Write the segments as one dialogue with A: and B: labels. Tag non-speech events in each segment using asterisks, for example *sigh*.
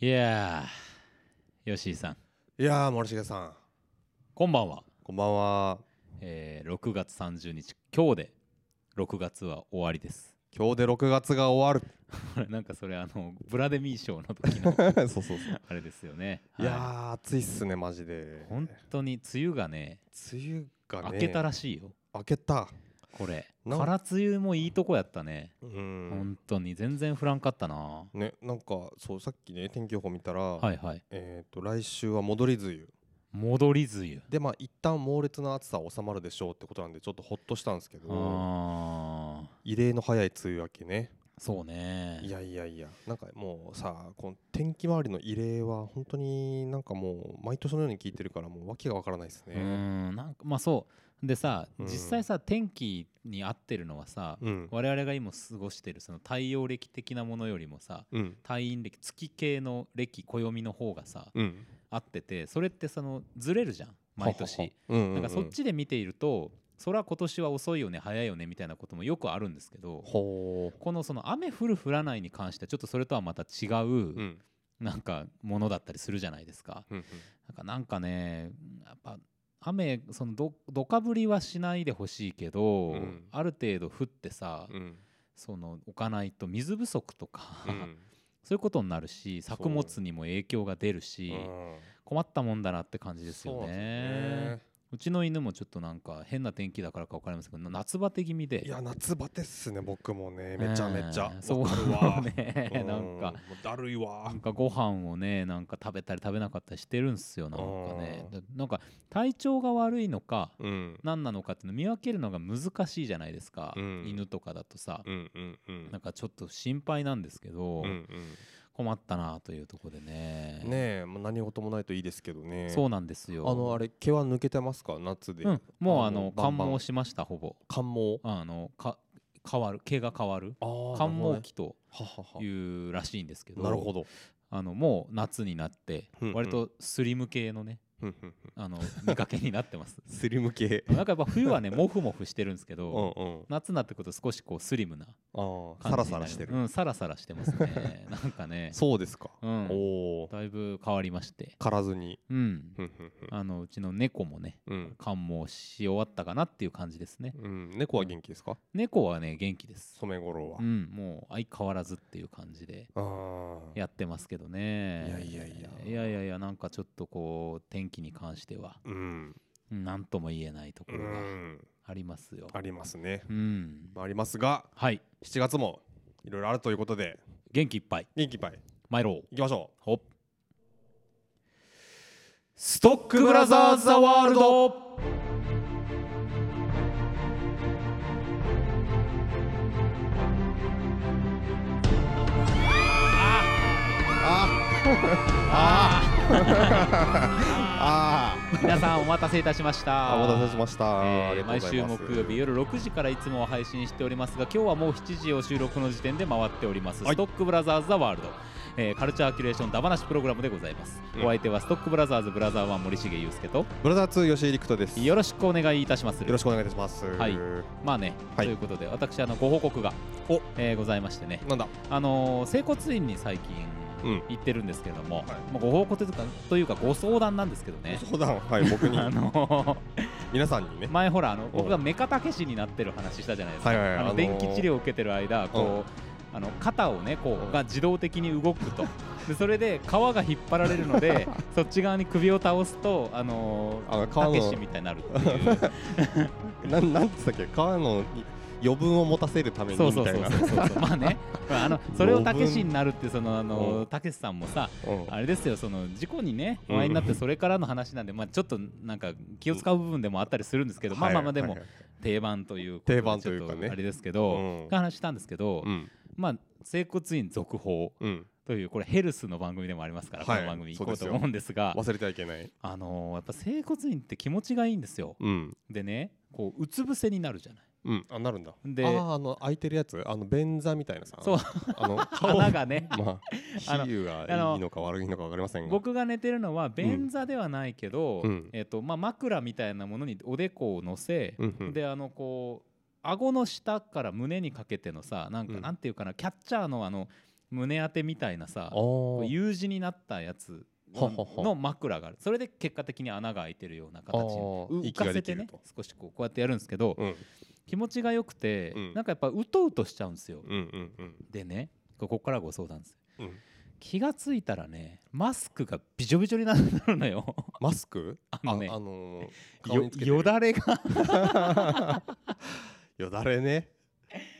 A: いやー、吉井さん、
B: いやー森重さん
A: こんばんは。
B: こんばんは
A: えー、6月30日、今日で6月は終わりです。 *laughs*
B: 今日で6月が終わ
A: これなんかそれ、あの、ブラデミー賞の時の
B: *laughs*
A: *laughs*
B: るそうそうそう、
A: あれですよね。
B: い、やー暑いっすねマジで
A: ー本当に梅雨がね、
B: 梅雨がね
A: 明けたらしいよ、
B: 明けた
A: これ。
B: なん
A: 空梅雨もいいとこやったね。
B: うん
A: 本当に、全然降らんかったな。
B: ねなんかそうさっきね天気予報見たら、
A: はいはい。
B: えっ、と来週は戻り梅雨
A: 戻り梅雨。
B: でまあ一旦猛烈な暑さは収まるでしょうってことなんでちょっとほっとしたんですけど
A: あー、
B: 異例の早い梅雨明けね
A: そうね。
B: いやいやいやなんかもうさこの天気周りの異例は本当になんかもう毎年のように聞いてるからもう訳がわからないです
A: う
B: ね
A: んなんかまあそうでさ
B: うん
A: 実際さ天気に合ってるのはさ
B: うん
A: 我々が今過ごしてるその太陽暦的なものよりもさ
B: うん
A: 太陰暦月系の暦暦の方がさ
B: うん
A: 合っててそれってそのずれるじゃん毎年
B: な
A: なんかそっちで見ているとそら今年は遅いよね早いよねみたいなこともよくあるんですけど
B: ほ
A: このその雨降る降らないに関してはちょっとそれとはまた違
B: うう
A: うんなんかものだったりするじゃないですか。
B: うん
A: なんかなんかねやっぱ雨そのどどかぶりはしないでほしいけど、
B: うん
A: ある程度降ってさ、
B: うん
A: その置かないと水不足とか、
B: うん
A: *laughs* そういうことになるし
B: そう
A: 作物にも影響が出るし
B: うん
A: 困ったもんだなって感じですよ
B: そうなんです
A: ね
B: ね。
A: うちの犬もちょっとなんか変な天気だからか分かりませんけど夏バテ気味で
B: いや夏バテっすね僕もねめちゃめちゃ
A: うんそう
B: わかるわ
A: ね
B: う
A: *laughs* なんか
B: もうだるいわ
A: なんかご飯をねなんか食べたり食べなかったりしてるんすよなんかねだなんか体調が悪いのか
B: うん
A: 何なのかっていうの見分けるのが難しいじゃないですか、
B: うん
A: 犬とかだとさ、
B: うんうんうん
A: なんかちょっと心配なんですけど、
B: うん
A: 困ったなというところでね
B: うんねえもう何事もないといいですけどね
A: そうなんですよ
B: あのあれ毛は抜けてますか夏で
A: うん、もうあの
B: バン
A: 感
B: バン
A: 毛しましたほぼ
B: 感毛
A: あのか変わる毛が変わる
B: あー
A: 感毛期と
B: なるほど
A: い
B: ね
A: うらしいんですけど
B: はははなるほど
A: あのもう夏になって
B: うんうん
A: 割とスリム系のね
B: うんうんうん
A: あの見かけになってます *laughs*
B: スリム系
A: なんかやっぱ冬
B: *laughs*
A: はねモフモフしてるんですけ
B: う
A: ど、
B: んうん
A: 夏になってくると少しこうスリムな
B: あー
A: 感
B: サ
A: じ
B: ラ
A: にな
B: サラしてる
A: うんサラサラしてますねなんかね
B: *laughs* そうですか
A: う
B: お
A: ん
B: お
A: だいぶ変わりまして
B: からずに
A: うん
B: うんうんうん
A: あのうちの猫もね
B: うん、
A: 感毛し終わったかなっていう感じですね
B: うん、猫は元気ですか
A: 猫はね元気です
B: 染五郎は
A: う、んもう相変わらずっていう感じで
B: ああ
A: やってますけどね
B: いやいやいや
A: いやいやいやなんかちょっとこう天気に関しては
B: うん、
A: 何とも言えないとこ
B: う
A: ろが
B: ん、
A: ありますよ
B: ありますね、
A: うん
B: まあ、ありますが
A: はい
B: 7月もいろいろあるということで
A: 元気いっぱい
B: 元気いっぱい
A: 参ろう
B: いきましょ
A: ほっ
B: うストックブラザーズ・ザ・ワールドあー
A: *laughs* 皆さんお待たせいたしました
B: あお待たせしました、
A: えー
B: あり
A: 毎
B: がとう
A: 週
B: ございます
A: 木曜日夜6時からいつもは配信しておりますが今日はもう7時を収録の時点で回っております、
B: はい
A: ストックブラザーズ・ザ・ワールド、えーカルチャーキュレーションダバなしプログラムでございます、
B: うん
A: お相手はストックブラザーズブラザー1森重裕介と
B: ブラザー2吉井陸斗です
A: よろしくお願いいたします
B: よろしくお願いいたします。
A: はいまあね、
B: はい
A: ということで私あのご報告が
B: お、
A: えーございましてね
B: なんだ。
A: あのー整骨院に最近
B: うん
A: 行ってるんですけども、
B: い
A: まあご報告というかというかご相談なんですけど
B: *laughs*
A: ね
B: 相談、はい、僕
A: *laughs*
B: に、
A: あ
B: *laughs*
A: の
B: 皆さんにね。
A: 前ほらあの
B: お
A: 僕が目肩消しになってる話したじゃないですか、
B: はいはいはい
A: あの
B: あのー
A: 電気治療を受けてる間こう、あの肩をねこ
B: うん
A: うが自動的に動くとでそれで皮が引っ張られるの
B: *laughs*
A: でそっち側に首を倒すとあのー
B: あの川
A: たけし
B: の、
A: みたいになるっていう
B: なん、なんつったっけ、川のに余分を持たせるために
A: そう
B: み
A: そ
B: た
A: うそ
B: いうな。
A: そうそうそうまあねまああのそれを
B: 論文
A: たけしになるってそのあ
B: う
A: の
B: ん
A: たけしさんもさ
B: うん
A: あれですよその事故にね
B: うん
A: お前になってそれからの話なんで、まあ、ちょっとなんか気を使う部分でもあったりするんですけど、まあまあまあでも、
B: はいはい
A: 定番ということで
B: 定番というかね
A: ちょっあれですけど、
B: うん
A: 話したんですけど、
B: うん、
A: まあ整骨院続報
B: うん、
A: というこれヘルスの番組でもありますから、
B: はい
A: この番組行こう
B: そ
A: と
B: うですよ
A: 思うんですが
B: 忘れてはいけない。
A: あのーやっぱ整骨院って気持ちがいいんですよ
B: うん、
A: でねこううつ伏せになるじゃない
B: うん、あ、なるんだ。
A: で
B: あー、あの、空いてるやつ、あの便座みたいなさ。
A: そう *laughs*
B: あの、顔
A: 鼻が
B: *laughs*
A: ね
B: まあ、比
A: あの
B: 喩
A: あ
B: が
A: の
B: いいのか悪いのかわかりませんが。
A: 僕が寝てるのは便座ではないけど、
B: うん
A: えっとまあ、枕みたいなものにおでこを乗せ、
B: うんうん
A: であのこう顎の下から胸にかけてのさなんか
B: うん
A: なんていうかな、キャッチャーのあの胸当てみたいなさ
B: あー
A: U 字になったやつ
B: ははは
A: の枕があるそれで結果的に穴が開いてるような形に
B: あー
A: 浮
B: 息
A: か
B: が
A: せ
B: でき
A: てね
B: ると
A: 少しこうこうやってやるんですけど
B: うん
A: 気持ちが良くて、
B: うん
A: なんかやっぱうとうとしちゃうんですよ、
B: うんうんうん
A: でねここからご相談です
B: うん
A: 気がついたらねマスクがびちょびちょになるのよ
B: マスク
A: あのね
B: *laughs* あのー顔
A: よ
B: につけてる
A: よだれが
B: よだれね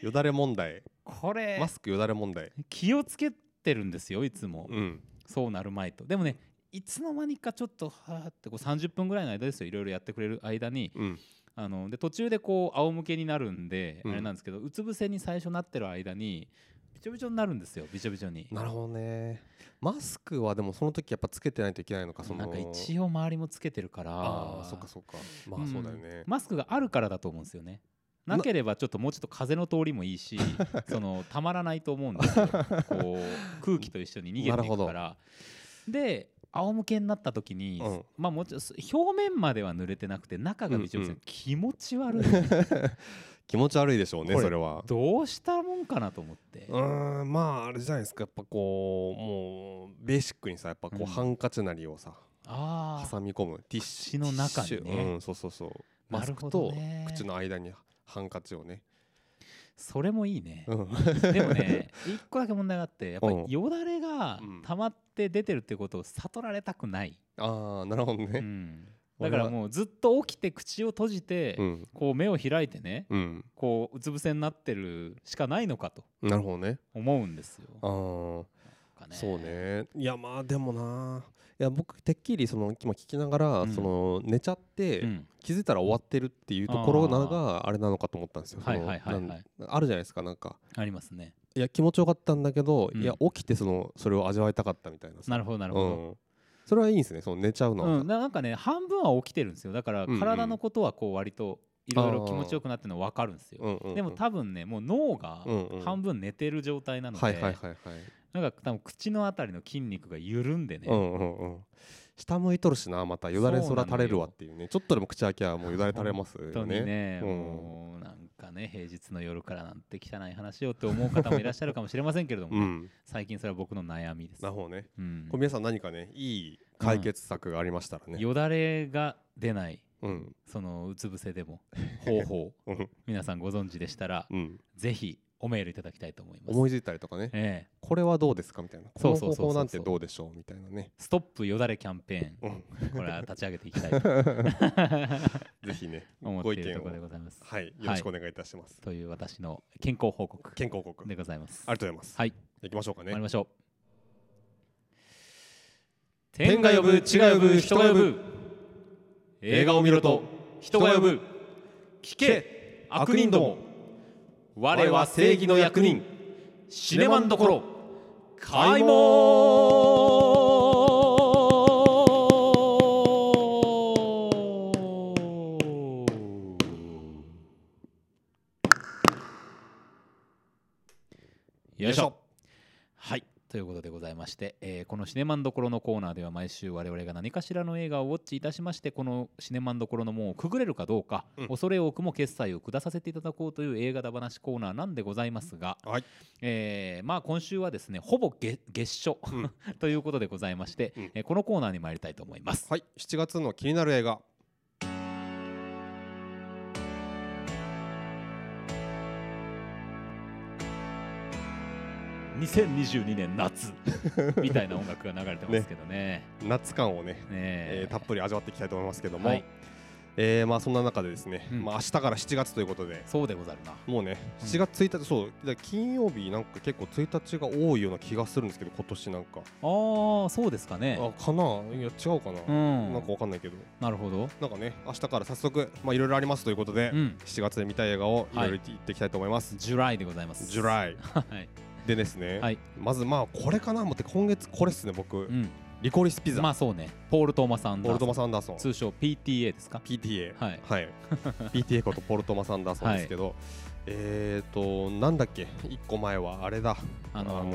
B: よだれ問題
A: これ
B: マスクよだれ問題
A: 気をつけてるんですよいつも、
B: うん
A: そうなる前とでもねいつの間にかちょっとはーってこう30分ぐらいの間ですよいろいろやってくれる間に
B: うん
A: あので途中でこう仰向けになるんで、
B: うん
A: あれなんですけどうつ伏せに最初なってる間にびちょびちょになるんですよびちょびちょに
B: なるほどねマスクはでもその時やっぱつけてないといけないのかその
A: なんか一応周りもつけてるから
B: ああそっかそっかまあ
A: ん
B: そうだよね
A: マスクがあるからだと思うんですよねなければちょっともうちょっと風の通りもいい
B: *laughs*
A: しそのたまらないと思うんですよこう空気と一緒に逃げていくか
B: な
A: らで仰向けになった時に、
B: うん
A: まあもうちょっと表面までは濡れてなくて中がびちょびちょ、
B: うんうん
A: 気持ち悪い
B: 気持ち悪いでしょうね
A: これ
B: それは
A: どうしたもんかなと思って、
B: うーんまああれじゃないですかやっぱこうもうベーシックにさやっぱこ
A: う
B: うんハンカチなりをさ
A: ああ
B: 挟み込むティッシュ
A: 口の中にね
B: ティッシュうんそうそうそうマスク
A: なるほ
B: と
A: どね
B: 口の間にハンカチをね
A: それもいい
B: *laughs*
A: ね
B: うん
A: でもね一個だけ問題があってやっぱ
B: うん
A: りよだれが
B: うん
A: 溜まって出てるってことを悟られたくない、
B: *laughs* ああなるほど
A: う
B: ね
A: ん、だからもうずっと起きて口を閉じて、
B: うん
A: こう目を開いてね
B: うん
A: こううつ伏せになってるしかないのかと
B: なるほどね
A: 思うんですよ。
B: ああ
A: なんか
B: そうねいやまあでもないや僕てっきりその今聞きながら、
A: うん
B: その寝ちゃって、
A: うん
B: 気づいたら終わってるっていうところなのがあれなのかと思ったんですよ。その
A: はいはいはいはい
B: なんあるじゃないですかなんか
A: ありますね。
B: いや気持ちよかったんだけど、
A: うん
B: いや起きてそのそれを味わいたかったみたいなさ
A: なるほどなるほど。
B: うんそれはいいんですねその寝ちゃうのは、
A: うん、ななんかね半分は起きてるんですよだから
B: うんうん
A: 体のことはこう割といろいろ気持ちよくなってるの分かるんですよ。
B: うんうんうん
A: でも多分ねもう脳が
B: うんうん
A: 半分寝てる状態なの
B: はいはいはい
A: で
B: はい、
A: なんか多分口のあたりの筋肉が緩んでね、
B: うんうんうん下向いとるしなまたよだれそら垂れるわっていうねちょっとでも口開きゃもうよだれ垂れます
A: 本当
B: よ
A: に
B: ね。
A: ね、
B: うん
A: もうなんかね平日の夜からなんて汚い話をって思う方もいらっしゃるかもしれませんけれども、
B: うん、
A: 最近それは僕の悩みです
B: なる。ほどね
A: うん
B: これ皆さん何かねいい解決策がありましたらね、
A: よだれが出ない
B: うん
A: そのうつ伏せでも方法
B: うん
A: 皆さんご存知でしたら
B: うん、
A: ぜひおメールいただきたいと思います。
B: 思いついたりとかね
A: ええ、
B: これはどうですかみたいなこ
A: そ
B: の
A: うそうそ
B: 方
A: うそう
B: 法なんてどうでしょうみたいなね、
A: ストップよだれキャンペー
B: う
A: ン *laughs*
B: ん、
A: これは立ち上げていきたいと
B: ぜひね
A: 思っ
B: ご
A: て
B: 意
A: いる
B: 見
A: ところで
B: を
A: ございます。
B: はいよろしくお願いいたします、
A: という私の健康報告
B: 健康広告あり
A: でございます。
B: がとうございます、
A: はい、
B: 行きましょうかね
A: 参りましょう。
B: 天が呼ぶ地が呼ぶ人が呼ぶ映画を見ろと
A: 人が呼ぶ聞け悪人ども我は正義の役人シネマンどころ開門よいしょはいということでございまして、えーこのシネマンどころのコーナーでは毎週我々が何かしらの映画をウォッチいたしましてこのシネマンどころの門をくぐれるかどうか、
B: うん
A: 恐れ多くも決済を下させていただこうという映画だ話コーナーなんでございますが、
B: はい
A: えーまあ、今週はですねほぼ月月初、
B: うん
A: *laughs* ということでございまして、
B: うん
A: えーこのコーナーに参りたいと思います。
B: はい7月の気になる映画
A: 2022年夏
B: *laughs*
A: みたいな音楽が流れてますけどね。
B: 夏感をね、
A: ねえ
B: えーたっぷり味わっていきたいと思いますけども、
A: はい
B: えーまあそんな中でですね、
A: うん
B: まあ明日から7月ということで
A: そうでござるな。
B: もうね
A: うん
B: 7月1日そうだから金曜日なんか結構1日が多いような気がするんですけど今年なんか
A: ああそうですかね。
B: あかないや違うかな、
A: うん、
B: なんかわかんないけど
A: なるほど。
B: なんかね明日から早速まあいろいろありますということで、
A: うん、
B: 7月で見たい映画をいろ
A: はいい
B: ろ言っていきたいと思います、
A: ジュライでございます。
B: ジュライ
A: はい。
B: でですね、
A: はい。
B: まずまあこれかなもって今月これっすね僕、
A: うん。
B: リコリスピザ、
A: まあそうね。ポール・トーマス・アン
B: ポー
A: ダ
B: ル・トー
A: ー
B: マ
A: ソ
B: ス・アンダーソン
A: ン。通称 PTA ですか
B: PTA
A: はい
B: PTA ことポール・トーマス・アンダーソンですけど、えーとなんだっけ一個前はあれだ
A: あのー
B: あの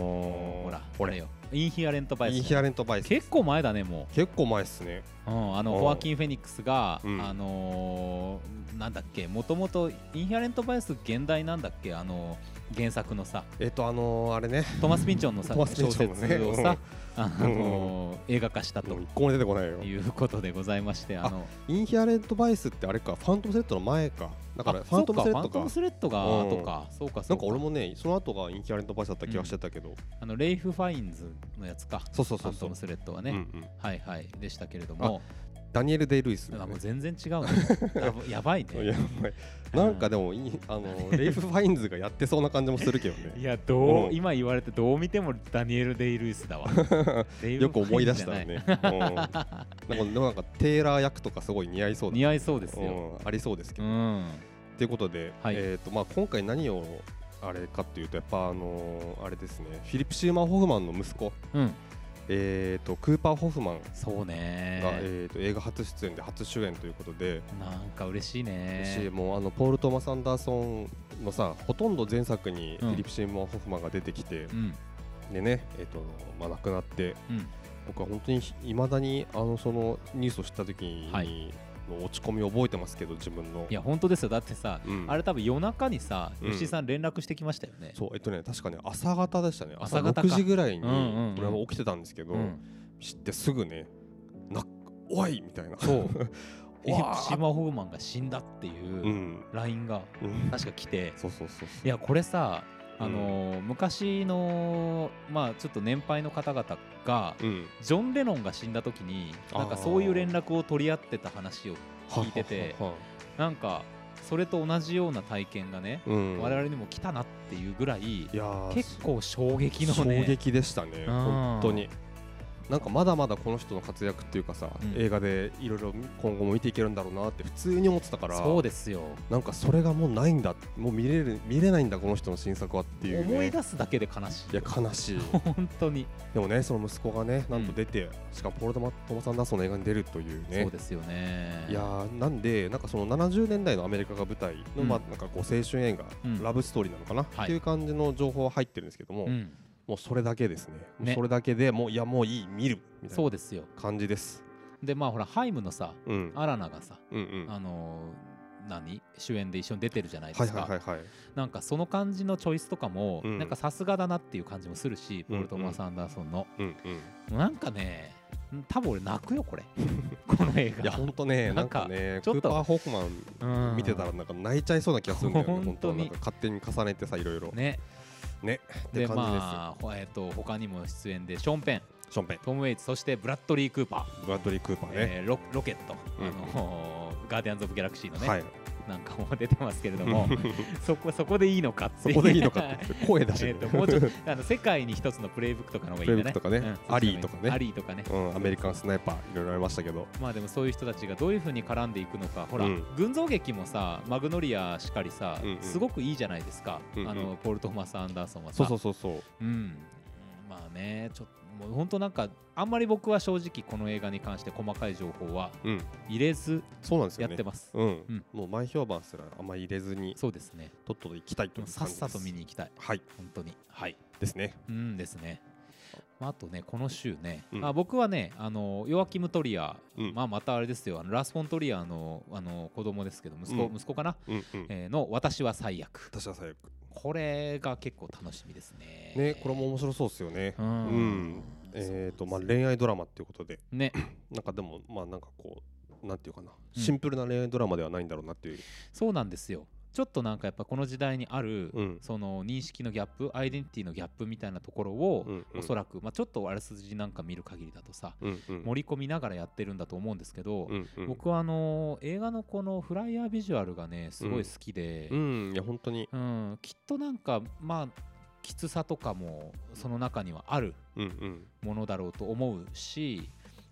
B: ー
A: ほら、
B: こ
A: こ
B: れ
A: れよ。インヒアレント・バイス、
B: インヒアレントバイス
A: 結構前だねも
B: 結構前っすね
A: う、うん、あの
B: うん
A: ホアキン・フェニックスが、
B: うん
A: あのーなんだっけもともとインヒアレント・バイス現代なんだっけあのー原作のさ
B: えっとあのー、あれね
A: トマス・ピンチョンのさ
B: *laughs* トマスピン
A: 小
B: チョンのね
A: 説をさ、あ
B: うん
A: のー映画化したと
B: もう一個も出てこないよ
A: いうことでございましてあの
B: インヒアレントバイスってあれかファントムスレッドの前かだから
A: あ
B: ファントムスレッ
A: そうかファ
B: ド
A: ント
B: か
A: ムスレッドが
B: うん
A: とか、そうかそ
B: な
A: うん
B: か俺もねその後がインヒアレントバイスだった気がしてたけど、
A: あのレイフ・ファインズのやつか
B: そうそう
A: ファ
B: そう
A: ン
B: そ
A: ト
B: う
A: ムスレッドはね、
B: うんうん、
A: はいはいでしたけれども
B: ダニエル・デイ・ルイス、
A: あもう
B: ね
A: 全然違うね
B: *laughs*
A: やばやばい
B: や
A: ね
B: ば *laughs* いなんかでもいいあ
A: *laughs*
B: のレイフ・ファインズがやってそうな感じもするけど
A: い
B: ね
A: やどう、
B: うん
A: 今言われてどう見てもダニエル・デイ・ルイスだわ
B: *laughs*
A: デイル
B: よく思い出し
A: フ
B: た
A: ァイ
B: ね
A: ンじゃない、
B: うん、なんかでもなんかテーラー役とかすごい似合いそうだね
A: 似合いそうですよ、
B: うん、ありそうですけ
A: う
B: ど、と、
A: ん
B: いうことで、
A: はい
B: えーとまあ、今回何をあれかっていうとやっぱあのーあれですねフィリップ・シューマン・ホフマンの息子、
A: うん、
B: えー、とクーパー・ホフマンが、
A: そうね
B: えーと映画初出演で初主演ということで、
A: なんか嬉しい
B: し
A: ね
B: もうあのポール・トーマス・アンダーソンのさほとんど前作に
A: う
B: フ
A: ん
B: ィリップ・シューマン・ホフマンが出てきて、
A: うん
B: でね、えーとまあ、亡くなって
A: うん
B: 僕は本当にいまだにあのそのニュースを知った時に、
A: は
B: の落ち込みを覚えてますけど自分の
A: いや本当ですよだってさ、
B: うん
A: あれ多分夜中にさ
B: うん
A: 吉井さん連絡してきましたよね、
B: そうえっとね確かね朝方でしたね朝
A: 朝方か
B: 6時ぐらいに
A: うんうんうん
B: 俺は起きてたんですけど、
A: うん
B: 知ってすぐねなおいみたいな *laughs*
A: そうフィリッ
B: わ
A: プ・シ
B: ー
A: ーマンホフマンが死んだっていううん LINE が
B: うん
A: 確か来て、
B: そうそうそう
A: いやこれさ
B: うん
A: あのー昔のまあちょっと年配の方々が
B: そううん
A: ジョン・レノンが死んだ時になんか
B: あー
A: そういう連絡を取り合ってた話を聞いてて
B: はははは
A: なんかそれと同じような体験がね、
B: うん
A: 我々にも来たなっていうぐらい
B: いやー
A: 結構衝撃のね
B: 衝撃でしたね
A: ん
B: 本当になんかまだまだこの人の活躍っていうかさ、
A: うん
B: 映画でいろいろ今後も見ていけるんだろうなって普通に思ってたから
A: そうですよ
B: なんかそれがもうないんだもう見れる見れないんだこの人の新作はっていう、ね、
A: 思い出すだけで悲しい
B: いや悲し
A: *laughs*
B: い
A: 本当に、
B: でもね、その息子がね、なん
A: う
B: と
A: ん
B: 出て、しかもポール・トマトマス・アンダーソンの映画に出るというね、
A: そうですよね
B: いやーなんで、なんかその70年代のアメリカが舞台
A: う
B: の、
A: ん
B: まあ、なんかこう青春映画、
A: うん
B: ラブストーリーなのかな、
A: はい
B: っていう感じの情報は入ってるんですけども、
A: うん、
B: もうそれだけですね、もう
A: ね
B: それだけでもう、いや、もういい、見るみたい
A: そう
B: な
A: ですよ
B: 感じです。
A: でまあほらハイムのさ
B: うん、
A: アラナがさ
B: うん、うん、は
A: あのー何主演で一緒に出てるじゃない
B: い
A: で
B: はい
A: すか、
B: はいはい。
A: なんかその感じのチョイスとかも、
B: うん
A: なんかさすがだなっていう感じもするし、ポール・トーマス・アンダーソンの、
B: うんうん、
A: なんかね多分俺泣くよ
B: *laughs*
A: これこの映
B: いや、
A: 画
B: ほんとね、
A: な
B: なんん
A: か
B: かね、
A: ちょっと
B: クーパー・ホークマン
A: うん
B: 見てたら、なんか泣いちゃいそうな気がするんだよ
A: *laughs*
B: ね、
A: 本
B: 本
A: 当
B: 当
A: に
B: なんか勝手に重ねてさ、いろいろ。
A: ね
B: ね、って
A: で
B: 感じですよ。
A: まあほえっ、と他にも出演でショーン・ペン
B: ションペン、
A: トム・ウェイツそしてブラッドリー・クーパ
B: ブラッドリー・クーパ
A: ー、
B: ーね。
A: えーロロケット、
B: うん
A: あのーガーディアンズ・オブ・ギャラクシーのね、
B: はい、
A: なんかも出てますけれど
B: *laughs*
A: もそこそこでいいのかって
B: そ
A: いう
B: こでいいのかって声出し
A: え
B: て
A: っ
B: ね *laughs*
A: ともうちょっとあの世界に一つのプレイブックとかの方がいいんだね。
B: プレイブックとかねアリーとかね
A: アリーとかね。
B: うん、アメリカンスナイパーいろいろありましたけど
A: まあでもそういう人たちがどういうふうに絡んでいくのか、ほら、
B: うん
A: 群像劇もさ、マグノリアしかりさ、
B: うんうん
A: すごくいいじゃないですか、
B: うんうん
A: あのポール・トーマス・アンダーソンはさ。
B: そうそうそうそう
A: うん、まあね、ちょっともう本当なんか、あんまり僕は正直、この映画に関して細かい情報は
B: うん
A: 入れず
B: そうなんです
A: や
B: よ
A: っ
B: ね
A: てます。
B: うん、
A: うん
B: もう前評判すらあんまり入れずに
A: そうですね、
B: とっとと行きたいという
A: さ
B: 感
A: っ
B: じです
A: さと見に行きたい、
B: はい
A: 本当に。はい
B: ですね
A: うんですね。まあ、あとね、この週ね、
B: うん
A: あ僕はね、あのヨアキム・トリア、
B: う
A: *laughs*
B: ん
A: まあ、またあれですよ、あのラス・フォン・トリアのあの子供ですけど、息子,、
B: うん
A: 息子かな、
B: うんうん
A: えーの私は最悪。
B: 私は最悪
A: これが結構楽しみですね。
B: ねこれも面白そうですよね
A: う
B: うんん、えっ、とまあ恋愛ドラマっていうことで
A: ね、
B: なんかでもまあなんかこうなんていうかな
A: うん
B: シンプルな恋愛ドラマではないんだろうなっていう、
A: そうなんですよ。ちょっとなんかやっぱこの時代にある、
B: うん
A: その認識のギャップ、アイデンティティのギャップみたいなところを、
B: うんうん
A: おそらく、まあ、ちょっとあらすじなんか見る限りだとさ、
B: うんうん
A: 盛り込みながらやってるんだと思うんですけど、
B: うんうん
A: 僕はあのー映画のこのフライヤービジュアルがねすごい好きで、う
B: うんんいや本当に
A: きっとなんかまあきつさとかもその中にはある
B: うんうん
A: ものだろうと思うし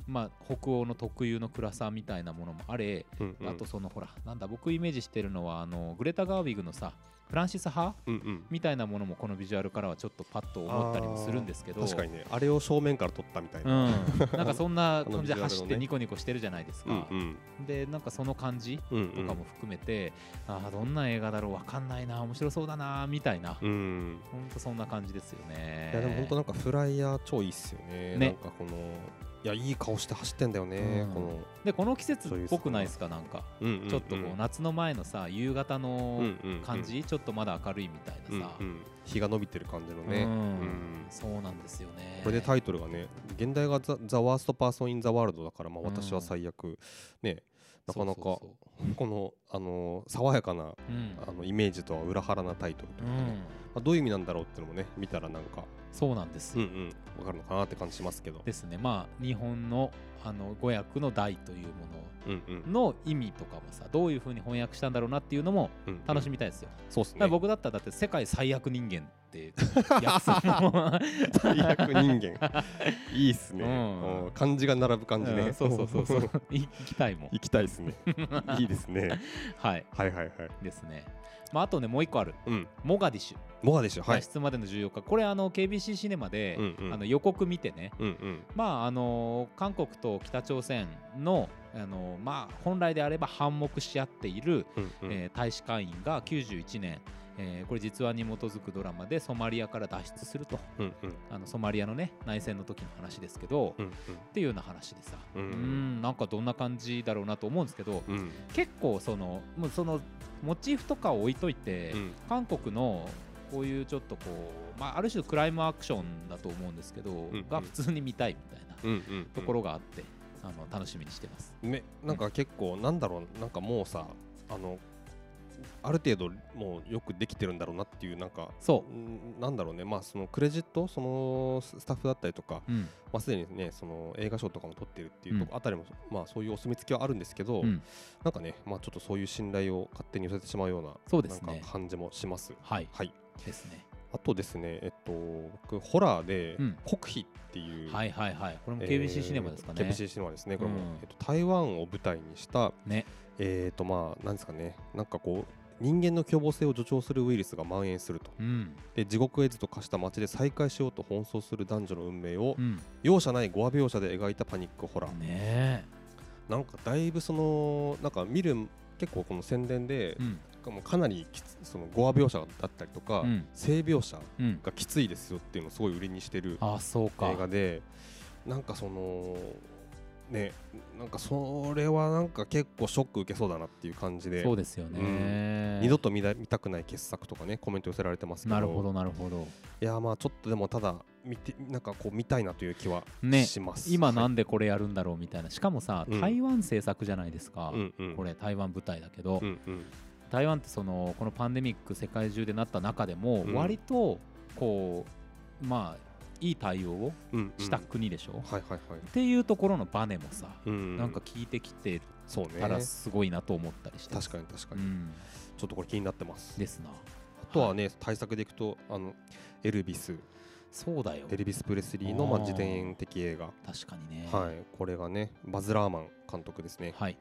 A: まあ、北欧の特有の暗さみたいなものもあれ、
B: うんうん
A: あとそのほらなんだ僕イメージしてるのはあのグレタ・ガービグのさフランシス派
B: うんうん
A: みたいなものもこのビジュアルからはちょっとパッと思ったりもするんですけど
B: 確かにねあれを正面から撮ったみたい
A: うん、
B: な、
A: なんかそんな
B: *laughs* あの
A: 感じで
B: ビジュアルのね
A: 走ってニコニコしてるじゃないです
B: うん
A: か
B: う、ん
A: でなんかその感じ
B: うん
A: とかも含めて、ああどんな映画だろうわかんないな面白そうだなみたいな、
B: うんうん
A: ほんとそんな感じですよね
B: いやでも本当なんかフライヤー超いいっすよね
A: ね
B: なんかこのいやいい顔して走ってんだよね、
A: うん
B: この、
A: でこの季節っ
B: そういう
A: ぽくないですかなんか
B: うんうんうん
A: ちょっとこう夏の前のさ夕方の
B: うんうんうん
A: 感じ、ちょっとまだ明るいみたいなさ、
B: うんうん日が伸びてる感じのね、
A: うん
B: うん
A: そうなんですよね
B: これでタイトルがね現代がザ「ザ・ワースト・パーソン・イン・ザ・ワールド」だから、まあ、
A: うん
B: 私は最悪、ねなかなか
A: そうそうそ
B: この、あのー爽やかな
A: ううん
B: あのイメージとは裏腹なタイトルという
A: う
B: か、ね
A: ん
B: まあ、どういう意味なんだろうっていうのもね見たらなんか
A: そうなんです
B: うん
A: よ、
B: うんわかるのかなって感じしますけど、
A: ですねまあ日本のあの語訳の「大」というも
B: うんうん
A: のの意味とかもさどういうふうに翻訳したんだろうなっていうのも
B: うんうん
A: 楽しみたいですよ、
B: そうです
A: だから
B: ね
A: 僕だったらだって「世界最悪人間」
B: *laughs*
A: って訳すのも
B: 最悪人
A: *laughs*
B: 間いいっすね、
A: うん
B: うん漢字が並ぶ感じね、
A: うんそうそうそうそう行きたいもん
B: *laughs* 行きたいですねいいですね
A: はい
B: はいはいはい
A: ですねまああとねもう一個ある
B: うん
A: モガディシュ
B: モガでしょはい
A: 脱出までの14日、これあの KBC シネマで、
B: うんうん
A: あの予告見てね
B: うんうん
A: まああの韓国と北朝鮮のあの、まあ、本来であれば反目し合っている、
B: うんうん
A: えー大使館員が91年、えーこれ実話に基づくドラマでソマリアから脱出すると
B: うんうん
A: あのソマリアのね内戦の時の話ですけど、
B: うん
A: っていうような話でさ、
B: うん
A: んなんかどんな感じだろうなと思うんですけど
B: うんうん
A: 結構そのもうそのモチーフとかを置いといて、
B: うん
A: 韓国のこういうちょっとこう、まあ、ある種クライムアクションだと思うんですけど、
B: うん
A: が普通に見たいみたいな
B: うんうん
A: ところがあって、あの楽しみにしてます。
B: ねなんか結構なんだろうなんかもうさあのある程度もうよくできてるんだろうなっていうなんか
A: そ
B: うんなんだろうねまあそのクレジットそのスタッフだったりとか
A: う、うん
B: まあすでにねその映画賞とかも取ってるっていうとこ
A: うん
B: あたりもまあそういうお墨付きはあるんですけど
A: うん
B: なんかねまあちょっとそういう信頼を勝手に寄せてしまうような
A: そうです
B: なん
A: ね
B: か感じもします
A: はい
B: はい
A: ですね。
B: あとですねえっと僕ホラーで
A: うん
B: 国費っていう
A: はいはいはい。これも
B: えー
A: KBC シネマですかね。
B: KBC シネマですね、これも、
A: うん
B: えっと、台湾を舞台にした、
A: ね
B: えっ、と、まあ、なんですかね、なんかこう、人間の凶暴性を助長するウイルスが蔓延すると、
A: うん
B: で地獄絵図と化した街で再会しようと奔走する男女の運命を、
A: うん、ね
B: 容赦ない語話描写で描いたパニックホラー、
A: え、
B: なんかだいぶその、なんか見る、結構この宣伝で
A: う、ん
B: もうかなりきつその語話描写だったりとか、
A: うん
B: 性描写
A: うん、
B: がきついですよっていうのをすごい売りにしてる
A: あそうか
B: 映画でなんかそのねなんかそれはなんか結構ショック受けそうだなっていう感じで
A: そうですよね、
B: う二度と見だ見たくない傑作とかねコメント寄せられてますけど
A: なるほどなるほど
B: いやまあちょっとでもただ見てなんかこう見たいなという気は
A: ね
B: します、
A: 今
B: は
A: ないんでこれやるんだろうみたいなしかもさ、
B: うん
A: 台湾制作じゃないですか、
B: うんうん、
A: これ台湾舞台だけど、
B: うんうん
A: 台湾ってそのこのパンデミック世界中でなった中でも
B: うん
A: 割とこうまあいい対応を
B: うんうん
A: した国でしょ、っ
B: はいはいはい、
A: ていうところのバネもさ、
B: うんうん
A: なんか聞いてきて
B: そうね
A: たらすごいなと思ったりして
B: 確かに確か
A: う
B: に、
A: ん、
B: ちょっとこれ気になってます
A: ですな
B: あとはね対策でいくとあのエルビス
A: そうだよ
B: エルビス・プレスリーのまあ自伝的映画
A: 確かにね
B: はい、これがね、バズ・ラーマン監督ですね。
A: はい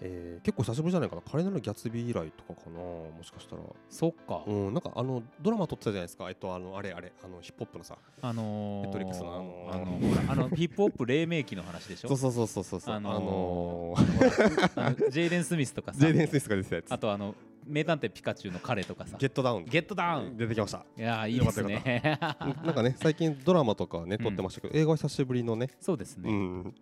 B: えー結構久しぶりじゃないかな、彼なるギャツビー以来とかかな、もしかしたら。
A: そっか、
B: うん、なんかあのドラマ撮ってたじゃないですか、えっと、あのあれあれ、あのヒップホップのさ、
A: あのー、
B: ネットリックスのあのー
A: あのほらあのヒップホップ黎明期の話でしょ
B: そうそうそうそうそうそう、
A: あ
B: あ
A: のー *laughs*
B: の
A: あのジェイデン・スミスとか
B: ー、
A: さ
B: *laughs* ジェイデン・スミスが出てたやつ、
A: あとあの名探偵ピカチュウの彼とかさ
B: ゲットダウン、
A: ゲットダウン
B: 出てきました。
A: いやーいいです
B: よ
A: ね
B: なんかね、最近ドラマとかはね、撮ってましたけど、映画は久しぶりのね、
A: そうです
B: う
A: ね、
B: ん、うん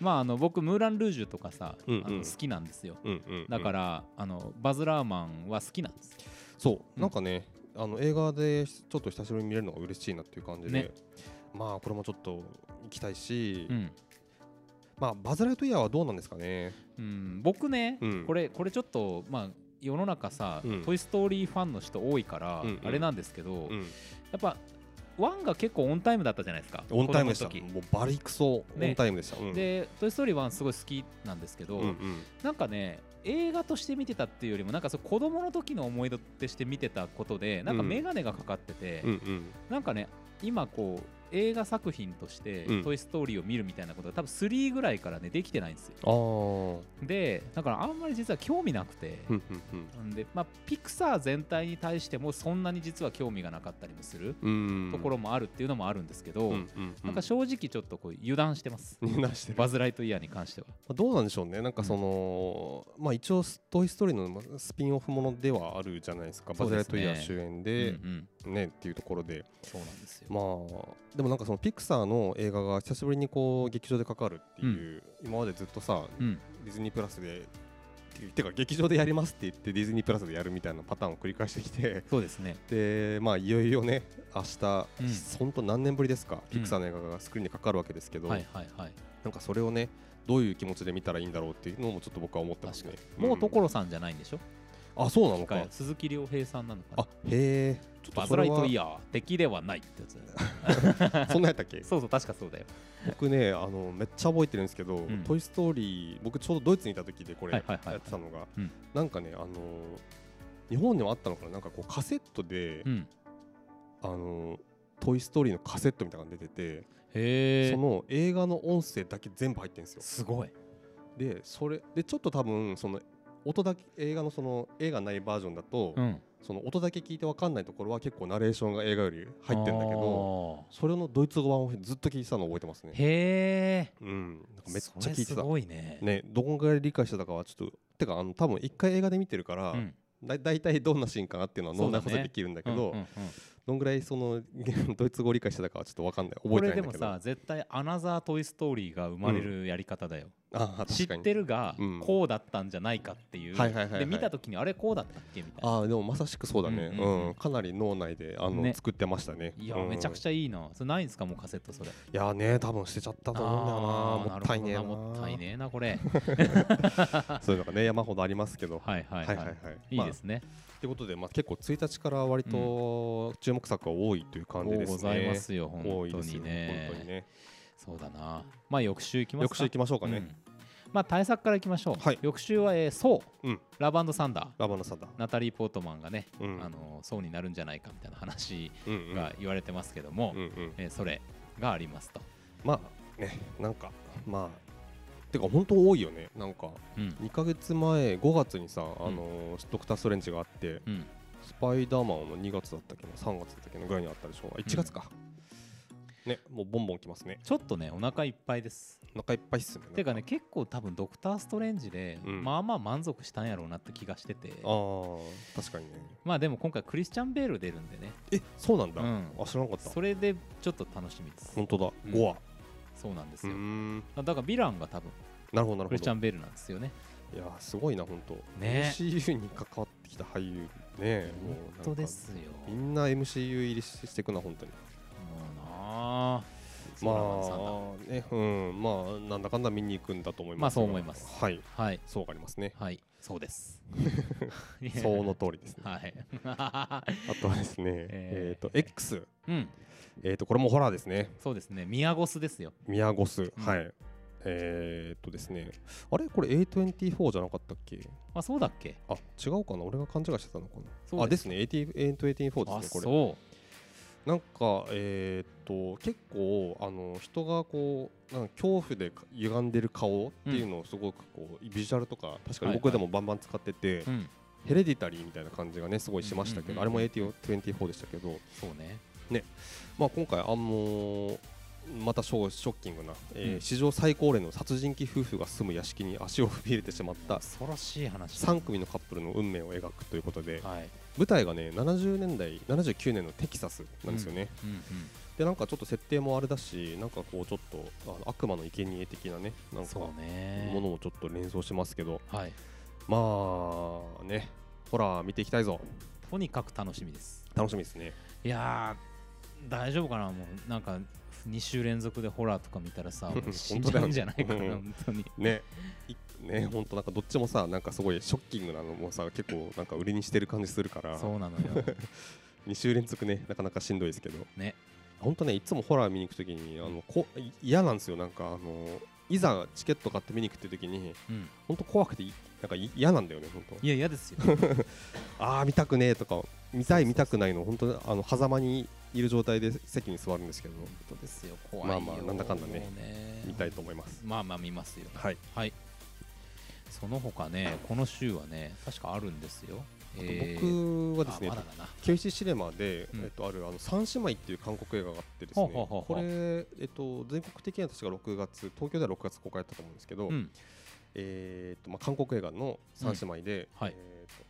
A: まああの僕ムーラン・ルージュとかさ、
B: うんうん
A: あの好きなんですよ
B: うんうん、、
A: だからら、あのバズ・ラーマンは好きなんです
B: そう、なんかね、あの映画でちょっと久しぶりに見れるのが嬉しいなっていう感じで、
A: ね
B: まあ、これもちょっと行きたいし、
A: うん、
B: まあ、バズ・ライトイヤーはどうなんですかね。
A: うん、僕ね、
B: うん
A: これこれちょっとまあ世の中さ、
B: うん
A: トイ・ストーリー」ファンの人多いから、
B: うんうん
A: あれなんですけど、や
B: ん、
A: っぱワンが結構オンタイムだったじゃないですか
B: オンタイムでした。
A: 子供の時
B: もうバリクソオ
A: ね
B: ンタイムでした。うん、
A: で「トイ・ストーリー1」すごい好きなんですけ
B: う
A: ど、
B: んうん、
A: なんかね映画として見てたっていうよりもなんかそう子供の時の思い出として見てたことでなんか
B: うん
A: 眼鏡がかかってて、
B: うんうん、
A: なんかね今こう映画作品として
B: うん
A: 「トイ・ストーリー」を見るみたいなことが多分3ぐらいからねできてないんですよ
B: あー
A: でだからあんまり実は興味なくて、
B: ふんふんふん
A: んでまあ、ピクサー全体に対してもそんなに実は興味がなかったりもする
B: うん
A: ところもあるっていうのもあるんですけど、
B: うんうんう
A: なんか正直ちょっとこう油断してます、
B: になしてる
A: バズ・ライトイヤーに関しては。
B: まあどうなんでしょうね、なんかその、まあ一応、トイ・ストーリーのまあスピンオフものではあるじゃないですか、
A: そ
B: バ
A: う
B: ズ・
A: で
B: ライ
A: す
B: ト
A: ね
B: イヤー主演
A: うんう
B: で、
A: ん、
B: ねっていうところで、
A: そうなんですよ。
B: まあ、でもなんかそのピクサーの映画が久しぶりにこう劇場でかかるっていう、今までずっとさ、
A: うん、
B: ディズニープラスで、ててか劇場でやりますって言って、ディズニープラスでやるみたいなパターンを繰り返してきて、
A: *laughs* そうですね。
B: でまあいよいよね、明日、
A: うん
B: 本当何年ぶりですか、ピクサーの映画がスクリーンにかかるわけですけど。
A: はいはいはい。
B: なんかそれをねどういう気持ちで見たらいいんだろうっていうのもちょっと僕は思ってますね。
A: もう所
B: ろ、
A: さんじゃないんでしょ、
B: あそうなの
A: か
B: か。
A: 鈴木亮平さんなのかな
B: あへえ。ちょっ
A: バズ・
B: とそ
A: ラ
B: れ
A: イト
B: は
A: イヤーは敵ではないってやつだよね
B: そんなんやった
A: *laughs*
B: っけ？
A: そうそう確かそうだよ
B: 僕ねあのめっちゃ覚えてるんですけど、
A: ん
B: トイストーリー僕ちょうどドイツにいた時でこれ
A: は
B: や
A: いはいはい
B: ってたのが
A: うん
B: なんかねあの日本にもあったのかななんかこうカセットで、
A: うん
B: あのトイストーリーのカセットみたいなのが出てて、
A: へ
B: そ
A: え
B: の映画の音声だけ全部入ってるんですよ。
A: すごい
B: でそれでちょっと多分その音だけ映画のその映画ないバージョンだと。
A: うん
B: その音だけ聞いてわかんないところは結構ナレーションが映画より入ってるんだけど
A: ど
B: それのドイツ語版をずっと聞いてたのを覚えてますね。
A: へえ
B: うん、なんかめっちゃ聞いて
A: す
B: た。
A: ごいね
B: ね、どこぐらい理解してたかはちょっとてかあの多分一回映画で見てるから、
A: うん
B: だだいたいどんなシーンかなっていうのは
A: そ
B: 脳
A: うだ
B: 内
A: ね
B: 補正できるんだけ
A: う
B: ど
A: んうんうん
B: どんぐらいその *laughs* ドイツ語を理解してたかはちょっとわかんない覚
A: こ
B: え
A: れ
B: てない
A: で
B: んだ
A: も
B: けど
A: さ絶対アナザートイ・ストーリーが生まれるやり方だよ、
B: あ
A: 知
B: 確か
A: っ
B: に
A: てるが、
B: うん
A: こうだったんじゃないかっていう、
B: はいはいはいはい
A: で見た時にあれこうだったっけみたいな
B: あーでもまさしくそうだね、
A: う
B: うんん
A: うんうん
B: かなり脳内であの、
A: ね
B: 作ってましたね
A: いや、めちゃく
B: ゃ
A: ちゃいいなそれないんですかもうカセットそれ
B: いやーね多分捨てちゃったと思うんだよな
A: あー
B: もったいねえ
A: な
B: な
A: るほどなもったいねえなこ
B: *laughs*
A: れ
B: そういうのがね山ほどありますけど
A: はいはい
B: は
A: はいい、
B: はいは
A: い
B: い。
A: いですね、
B: ということで、まあ、結構1日から割と注目作が多いという感じ
A: も
B: で
A: う
B: すね。
A: ございますよ、
B: 多
A: 本
B: い
A: 当
B: です
A: に
B: よ
A: ね。
B: 本当にね。
A: そうだな。まあ、翌週いきますか。
B: 翌週行きましょうかね。
A: うんまあ、対策からいきましょう。
B: はい
A: 翌週は、えー、そう、
B: うん
A: ラバンドサンダー。
B: ラバのサダ。
A: ナタリー・ポートマンがね、
B: うん
A: あのそうになるんじゃないかみたいな話
B: うんうん
A: が言われてますけども、
B: うんうん、
A: えーそれがありますと。
B: まあね、なんか、まあ、てか本当多いよね。なんか、
A: うん
B: 2ヶ月前、5月にさ、あのードクター・ストレンジがあって、
A: うん
B: スパイダーマンも2月だったっけな、3月だったっけなぐらいにあったでしょ。あ1月か。ね、もうボンボン来ますね。
A: ちょっとね、お腹いっぱいです。
B: お腹いっぱいっすね。
A: てかね、結構多分ドクター・ストレンジで、
B: うん
A: まあまあ満足したんやろうなって気がしてて、
B: ああ、確かにね。
A: まあでも今回クリスチャン・ベール出るんでね、
B: え、そうなんだ。
A: うん
B: あ、知らなかった。
A: それでちょっと楽しみです。
B: 本当だ、
A: うん
B: 5話
A: そうなんです
B: うー
A: よ。だ
B: ん
A: からヴィランが多分
B: なるほどなる
A: ク
B: ほ
A: リスチャ
B: ど
A: ン・ベールなんですよね。
B: いやーすごいな本当
A: ね
B: MCU に関わってきた俳優
A: 本
B: ねもうなんか
A: 当ですよ。
B: みんな MCU 入りしていくな本当に
A: もうなあ。
B: まあねうんまあなんだかんだ見に行くんだと思います
A: まあそう思います
B: はい
A: あ、はい、
B: そうがありますね
A: *laughs* はい、そう *laughs* です。
B: そうの通りですね
A: はい。 *laughs*
B: あとはですねえ
A: え
B: っ
A: ー
B: と X
A: うん、
B: えっとこれもホラーですね
A: そうですね。ミアゴスですよ。
B: ミアゴス
A: ん
B: はいえっとですねあれこれ A24 じゃなかったっけ
A: あ、そうだっけ。
B: あ違うかな俺が勘違いしてたのか
A: そ
B: な
A: う
B: あで
A: です
B: ね A24
A: あ、
B: ですねこれ
A: そ
B: なんかえーっと結構あの人がこうなんか恐怖でか歪んでる顔っていうのをすごくこう、ビジュアルとか確
A: はい
B: かに
A: はい
B: 僕でもバンバン使ってて、
A: う。うん、
B: ヘレディタリーみたいな感じがねすごいしましたけど、
A: うんうんうん
B: あれも AT24 でしたけど、
A: そうね。
B: まあ、今回あのまたショショッキングな、えー
A: うん
B: 史上最高齢の殺人鬼夫婦が住む屋敷に足を踏み入れてしまった
A: 恐ろしい話だ。
B: 3組のカップルの運命を描くということで
A: はい。
B: 舞台がね70年代79年のテキサスなんですよね。
A: うんうん。
B: でなんかちょっと設定もあれだしなんかこうちょっとあの悪魔の生贄的なねなんか
A: そ
B: も
A: うね。
B: のもちょっと連想しますけど
A: はい。
B: まあねホラー見ていきたいぞ
A: とにかく楽しみです。
B: 楽しみですね
A: いやー、大丈夫かな、もう、なんか。2週連続でホラーとか見たら
B: *laughs*
A: さ、もう死んじゃうんじゃないかな、
B: 本当だよ
A: 本当に。
B: ねいね本当なんかどっちもさなんかすごいショッキングなのもさ結構なんか売りにしてる感じするから
A: そうなのよ。
B: 2週連続ねなかなかしんどいですけど
A: ね。
B: 本当ねいつもホラー見に行くときにあのこい嫌なんですよなんかあのいざチケット買って見に行くって時に
A: うん、
B: 本当怖くていなんかい嫌なんだよね本当
A: いや嫌ですよ
B: ああ見たくねえとか見たい見たくないの本当あの狭間にいる状態で席に座るんですけど
A: 本当ですよ怖いよ
B: まあまあなんだかんだね
A: もう
B: 見たいと思います
A: まあまあ見ますよ
B: はい
A: その他ねこの週はね確かあるんですよえー
B: 僕はですね
A: あまだだな
B: KC シネマで、
A: うん
B: えっと、あるあの三姉妹っていう韓国映画があってですね、
A: ほうほうほうほう
B: これ、えっと、全国的には確か6月東京では6月公開だったと思うんですけど、
A: うん
B: えーっとまあ、韓国映画の三姉妹で、
A: うんはい
B: えーっと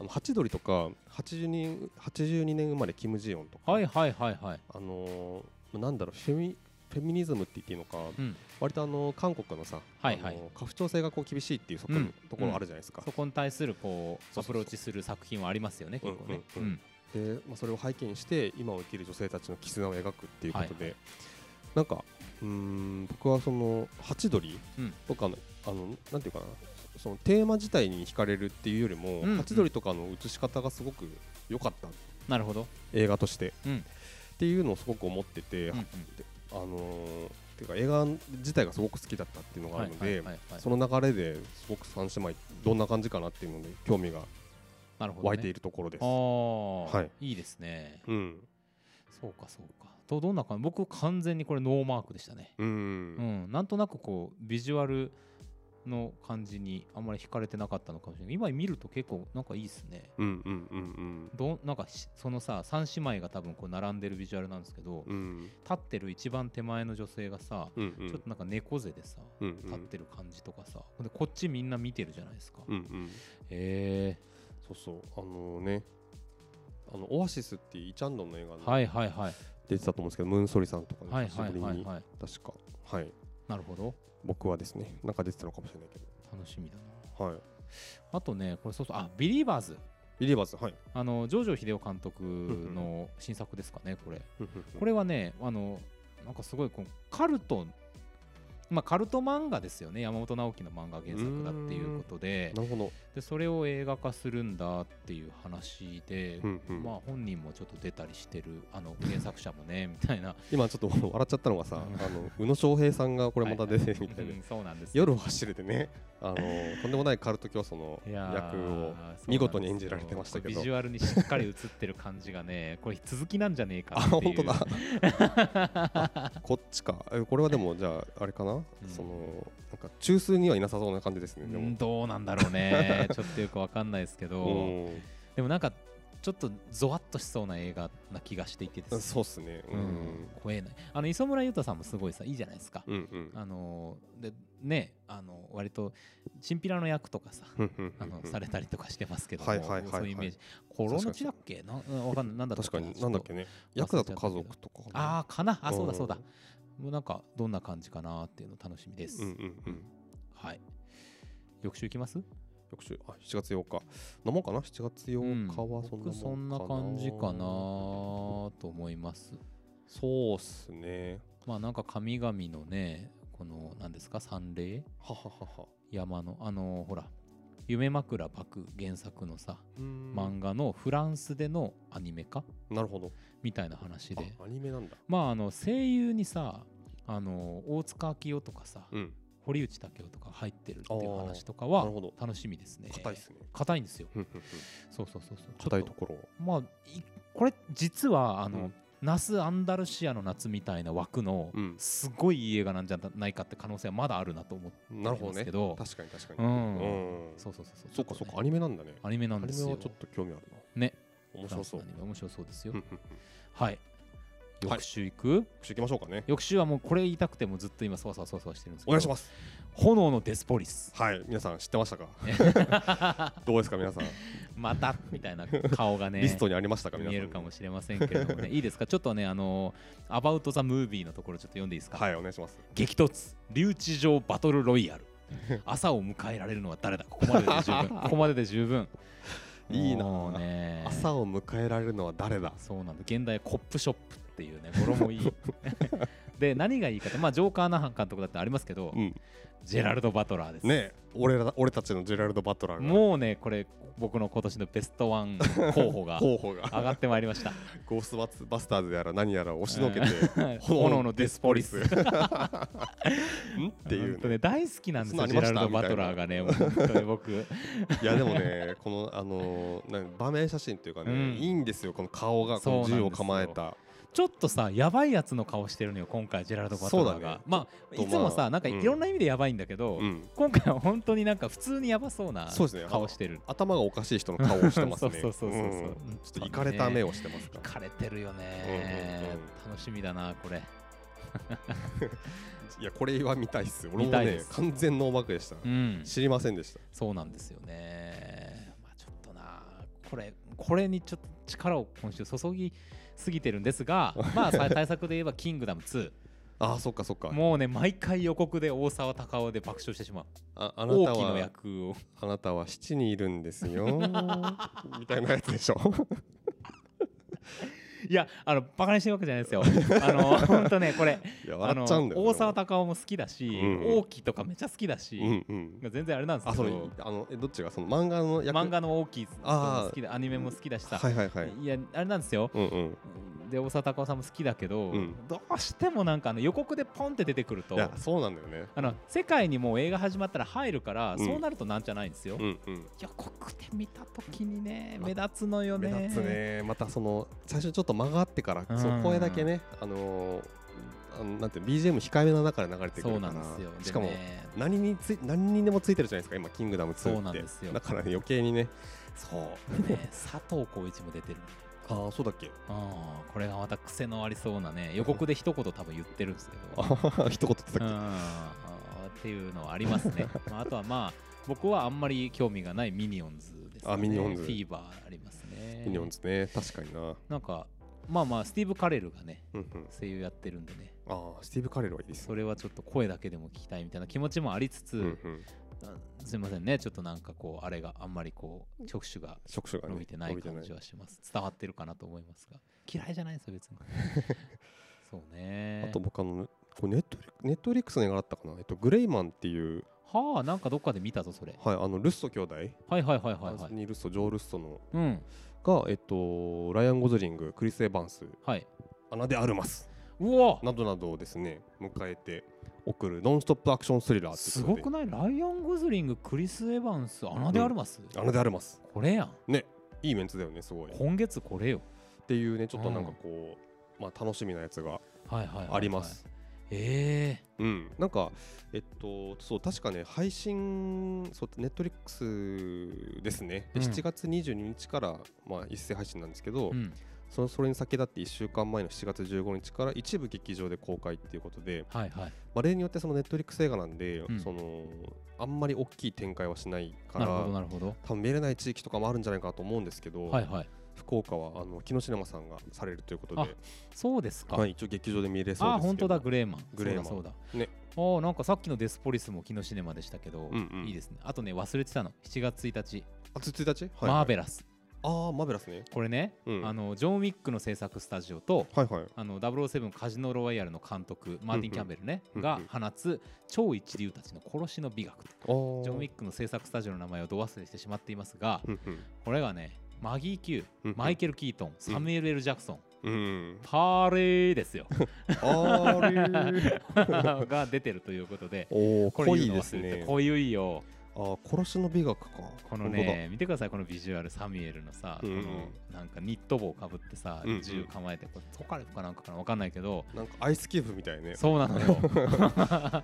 B: あのハチドリとか80人82年生まれキム・ジヨンとか、
A: はいはいはいはい
B: あのーなんだろうフェミフェミニズムって言っていいのか、
A: うん
B: 割とあの韓国のさ、
A: はいはい
B: あの家父長制がこう厳しいっていう側面
A: うん
B: ところあるじゃないですか、
A: そこに対するこう
B: そうそうそう
A: アプローチする作品はありますよね結構ね
B: うんうんうんで、まあ、それを背景にして今を生きる女性たちの絆を描くっていうことで、なんかうーん僕はそのハチドリ
A: うん
B: とかの,、あのなんていうかなそのテーマ自体に惹かれるっていうよりも、
A: うんうん
B: ハチドリとかの映し方がすごく良かった
A: なるほど
B: 映画として、
A: うん
B: っていうのをすごく思ってて、
A: うんうん
B: あのーていうか映画自体がすごく好きだったっていうのがあ
A: はい
B: るので、
A: はいはいはい
B: その流れですごく三姉妹どんな感じかなっていうので興味が
A: なるほど
B: 湧いてい
A: る
B: るところです。
A: ああ、、
B: はい
A: いですね
B: うん
A: そうかそうかとどんな感じ僕完全にこれノーマークでしたね
B: うん、
A: うん、なんとなくこうビジュアルの感じにあんまり惹かれてなかったのかもしれない今見ると結構なんかいいですね
B: うんうんうん
A: どんなんかしそのさ三姉妹が多分こう並んでるビジュアルなんですけど
B: うんうん
A: 立ってる一番手前の女性がさ
B: うんう
A: ちょっ
B: ん
A: となんか猫背でさ
B: うんうん
A: 立ってる感じとかさでこっちみんな見てるじゃないですか
B: うんうん
A: へえ
B: そうそうあのねあのオアシスっていうイチャンドンの映画に
A: はいはいはい
B: 出てたと思うんですけど、ムーンソリさんとかね
A: はい
B: 久
A: は
B: しぶ
A: い
B: り
A: はい
B: に
A: はい
B: 確かはい
A: なるほど
B: 僕はですねなんか出てたのかもしれないけ
A: 楽しみだな
B: どはい
A: あとねこれそうそうあビリーバーズ
B: ビリーバーズはい
A: あのジョジョ秀夫監督の新作ですかねこれこ
B: れ
A: れはねあのなんかすごいこうカルトまあカルト漫画ですよね山本直樹の漫画原作だっていうことで
B: なるほど
A: でそれを映画化するんだっていう話で、
B: うんうん
A: まあ本人もちょっと出たりしてるあの原作者もね *laughs* みたいな
B: 今ちょっと笑っちゃったのが
A: う
B: さ
A: ん
B: あの宇野昌平さんがこれまた出てるみたいで
A: うんそうなんですよ
B: 夜を走るでね
A: *laughs*
B: あのとんでもないカルト教祖の
A: いやー
B: 役を
A: そうなんですよ
B: 見事に演じられてましたけど
A: ビジュアルにしっかり映ってる感じがねこれ続きなんじゃねえか
B: あ
A: ってい
B: 本
A: う
B: 当だ
A: *laughs*
B: あこっちかえこれはでもじゃああれかな、
A: ん
B: そのなんか中枢にはいなさそうな感じですね
A: う
B: で
A: ん
B: も
A: どうなんだろう
B: *laughs*
A: ねちょっとよくわかんないですけど、
B: う
A: でもなんかちょっとゾワッとしそうな映画な気がしていてですね
B: んそうっすねう
A: うんん、怖えないあの磯村勇太さんもすごいさいいじゃないですか、
B: うんうん
A: あのーでねあの割とチンピラの役とかさ
B: うんうん
A: あのされたりとかしてますけども
B: はいはいはいはい
A: そういうイメージコロナチだっけなうんわかんないなんだった
B: 確かに
A: ちょ
B: なんだ
A: と
B: っけね
A: ちょっ
B: 役
A: と
B: だと家族とかかな
A: ああかなあそうだ
B: ん
A: そうだもうなんかどんな感じかなっていうの楽しみです、
B: うんうんうん
A: はい翌週行きます
B: 翌週あ7月8日なもんかな7月8日はそんなもんかな、
A: 僕そんな感じかなと思います
B: そうっすね
A: まあなんか神々のねこの何ですか三霊
B: はははは
A: 山のあのほら「夢枕幕」原作のさ
B: うん
A: 漫画のフランスでのアニメ化
B: なるほど
A: みたいな話で
B: あアニメなんだ
A: まああの声優にさあの大塚明夫とかさ、
B: うん
A: 堀内武夫とか入ってるっていう話とか
B: あー
A: は
B: なるほど
A: 楽しみですね
B: 硬いっすね
A: 硬いんですよ
B: うんうんうん
A: そうそうそうそう
B: 硬い
A: ち
B: と
A: ょっ
B: ころを
A: とまあいこれ実はあの、
B: うん
A: ナス・アンダルシアの夏みたいな枠の
B: うん
A: すごいいい映画なんじゃないかって可能性はまだあるなと思って
B: なるほど
A: ます
B: ね
A: けど
B: 確かに確か
A: う
B: に
A: ん
B: うん
A: そうそうそう
B: そうかそ
A: ちょ
B: う
A: っ
B: か
A: と
B: ア
A: ね
B: ニメなんだね
A: アニメなん
B: ア
A: で
B: ニ
A: す
B: メ
A: よ
B: はちょっと興味ある
A: ね
B: な面白そう
A: フランスのアニメ面白そうですよ、
B: うんうんうん
A: はい
B: はい
A: 翌週行く、
B: 復習いきましょうかね
A: 翌週はもうこれ言いたくてもずっと今そわそわそわそわしてるんですけ
B: お
A: ど
B: 願いします
A: 炎のデスポリス
B: はい皆さん知ってましたか
A: *laughs*
B: どうですか皆さん
A: またみたいな顔がね
B: *laughs* リストにありましたか皆さ
A: 見
B: ん
A: えるかもしれませんけれどもねいいですかちょっとねあのアバウト・ザ・ムービーのところちょっと読んでいいですか、
B: はいお願いします
A: 激突留置場バトルロイ
B: *laughs*
A: ヤル朝を迎えられるのは誰だここまでで十分ここまでで十分
B: *laughs* いいな
A: もうね
B: 朝を迎えられるのは誰だ *laughs*
A: そうなんだ現代コップショップっていうね語呂もいいで何がいいかって、まあ、ジョーカーな監督だってありますけど、
B: うん
A: ジェラルド・バトラーです、
B: ね俺ら俺たちのジェラルド・バトラーが
A: もうねこれ僕の今年のベストワン候補が
B: 候補
A: 上
B: が
A: がってまいりました
B: *laughs* ゴーストバスバスターズやら何やら押しのけて
A: 炎のデスポリス
B: ん
A: 本
B: ってい
A: 当
B: うね
A: ね大好きなんですよ
B: そ
A: ジ
B: んな
A: ェ
B: のあ
A: ラルド・バ
B: りました
A: トラーがねもう本当に僕
B: いやでもねこのあのーなん場面写真っていうかね、
A: うん
B: いいんですよこの顔がこの
A: そうなんです
B: 銃
A: よ
B: を構えた
A: ちょっとさやばいやつの顔してるのよ今回ジェラルド・バトラ
B: そ
A: ー
B: う
A: が、
B: だね
A: まあ
B: ちょ
A: い
B: っと
A: つもさ、
B: まあ
A: なんか
B: うん
A: いろんな意味でやばいんだけど、
B: うん
A: 今回は本当になんか普通にやばそうな
B: そうですね
A: 顔してる
B: 頭がおかしい人の顔をしてますね
A: *laughs* そうそうそうそうそうん
B: ちょっといかれた目をしてますから、
A: 枯れてるよね、
B: うんうん
A: 楽しみだなこれ
B: いやこれは見たいっす俺も
A: 見たい
B: ね
A: です
B: 完全ノーバックでした、
A: うん
B: 知りませんでした
A: そうなんですよね、まあ、ちょっとなこれこれにちょっと力を今週注ぎすぎてるんです
B: *laughs*
A: がまあさ対策で言えば「キングダム2
B: あーそっかそっ」か
A: もうね毎回予告で大沢たかおで爆笑してしまう
B: ああなた
A: 大きの
B: は
A: 役を
B: あなたは7人いるんです
A: *laughs*
B: よみたいなやつでしょ
A: *laughs* いやあのバカにしてるわけじゃないですよあ
B: *laughs*
A: の本当ねこれ
B: いや
A: あ
B: 笑
A: の
B: っちゃうんだよね
A: 大沢たかおも好きだし、
B: うん
A: 大きとかめちゃ好きだし、
B: うんうん
A: 全然あれなんです
B: あ
A: け
B: そ
A: ど
B: れあのえどっちがその漫画の役
A: 漫画の大きいも好きだアニメも好きだしさ、
B: はいはいはい
A: いやあれなんですよ
B: うんうん
A: で大沢たかおさんも好きだけど、
B: うん
A: どうしてもなんかあの予告でポンって出てくる
B: い
A: と
B: やそうなんだよね
A: あの世界にもう映画始まったら入るから、
B: うん
A: そうなるとなんじゃないんですよ、
B: うんうん
A: 予告で見た時にね目立つのよ
B: 目
A: ね
B: 立つねまたその最初ちょっと間があってから
A: うん
B: その声だけねあのーあのなんていうの BGM 控えめの中で流れてく
A: そう
B: る
A: な
B: か
A: んですよ
B: らしかも
A: でね
B: 何につい何にでもついてるじゃないですか今「キングダム2」って
A: そうなんですよ
B: だからね余計にねそう
A: でね佐藤浩市も出てる
B: ああそうだっけ *laughs*
A: あこれがまた癖のありそうなね予告で一言多分言ってるんですけど
B: *laughs* あはは一言言って
A: うん
B: たっ
A: あーっていうのはあります
B: *laughs*
A: ね。まああとはまあ僕はあんまり興味がないミニオンズですかね。
B: あミニオンズ
A: フィーバーありますね
B: け。ミニオンズね確かにな
A: なんかまあまあスティーブ・カレルがね
B: うんうん
A: 声優やってるんでね。
B: ああスティーブ・カレルはいいですね
A: それはちょっと声だけでも聞きたいみたいな気持ちもありつつ、
B: うんうん
A: あすいませんねちょっとなんかこうあれがあんまりこう触手が
B: 職種がね
A: 伸びてない
B: 伸びて
A: 感
B: ない
A: じはします伝わってるかなと思いますが嫌いじゃないですよ別
B: *laughs*
A: にそうね
B: あと僕あのこれネットリネットフリックスの映画だったかな、えっと、グレイマンっていう、
A: はあなんかどっかで見たぞそれ
B: はい、あのルッソ兄弟、はい
A: はいはいはいはいはい
B: ニールッソジョー・ルッソの
A: うん
B: が、えっと、ライアン・ゴズリングクリス・エヴァンス
A: はい
B: アナ・デ・アルマス
A: うわ
B: などなどをですね迎えて送るノンストップアクションスリラー
A: すごく
B: な
A: ないライアン・ゴズリングクリス・エヴァンスアナ・デ・アルマス、
B: アナ・デ・アルマス
A: これやん
B: ねいいメンツだよねすごいっ
A: 今月これよ
B: ていうねちょっとなんかこう、まあ、楽しみなやつが
A: はいはいはい、はい、
B: あります、
A: え
B: うん、なんか、えっと、そう、確かね、配信、そう、ネットリックスですね、で
A: うん
B: 7月22日から、まあ、一斉配信なんですけど、
A: えうん
B: そのそれに先立って1週間前の7月15日から一部劇場で公開っていうことで、
A: はいはい
B: まあ、例によってそのネットリックス映画なんで、
A: ん
B: そのあんまり大きい展開はしないか
A: なるほ
B: ら
A: ど。なるほど
B: 多分見れない地域とかもあるんじゃないかなと思うんですけど、
A: はいはい
B: 福岡はあの木下さんがされるということ
A: あ
B: で、
A: そうですか、
B: はい、一応劇場で見れそうですけど
A: あ本当だグレーマン
B: グレーマン
A: そうだそうだ
B: ね
A: ああなんかさっきのデスポリスも昨日シネマでしたけど、
B: うんうん
A: いいですねあとね忘れてたの7月1日、
B: あ1日、はい
A: マ
B: は
A: ー
B: い、
A: ベラス
B: ああマーベラスね
A: これね、
B: うん
A: あのジョン・ウィックの制作スタジオと
B: はいはい
A: あの007カジノロワイヤルの監督マーティン・キャンベルね、
B: うんうん
A: が放つ超一流たちの殺しの美学と
B: ジョ
A: ジョン・ウィックの制作スタジオの名前をど忘れしてしまっていますが、
B: うんうん
A: これがね、マギー・キュー、
B: うんうん
A: マイケル・キートン、サミュエル・エル・ジャクソン、
B: うん、
A: パーレーです
B: *laughs*
A: よ、
B: あ
A: *laughs*
B: れ
A: が出てるということで、
B: おお
A: こ
B: 濃
A: れ言う
B: い
A: の
B: です
A: 忘れて
B: ね
A: 濃ゆいよ。
B: あー殺しの美学か
A: このね、見てください、このビジュアル、サミュエルのさ、
B: うんうん
A: このなんかニット帽かぶってさ
B: うんう、ん
A: 銃構えて、これトカレフかなんかかなわかんないけど、
B: 本当だなんかアイスキューブみたいね
A: そうなの
B: *laughs*
A: よ。
B: なんか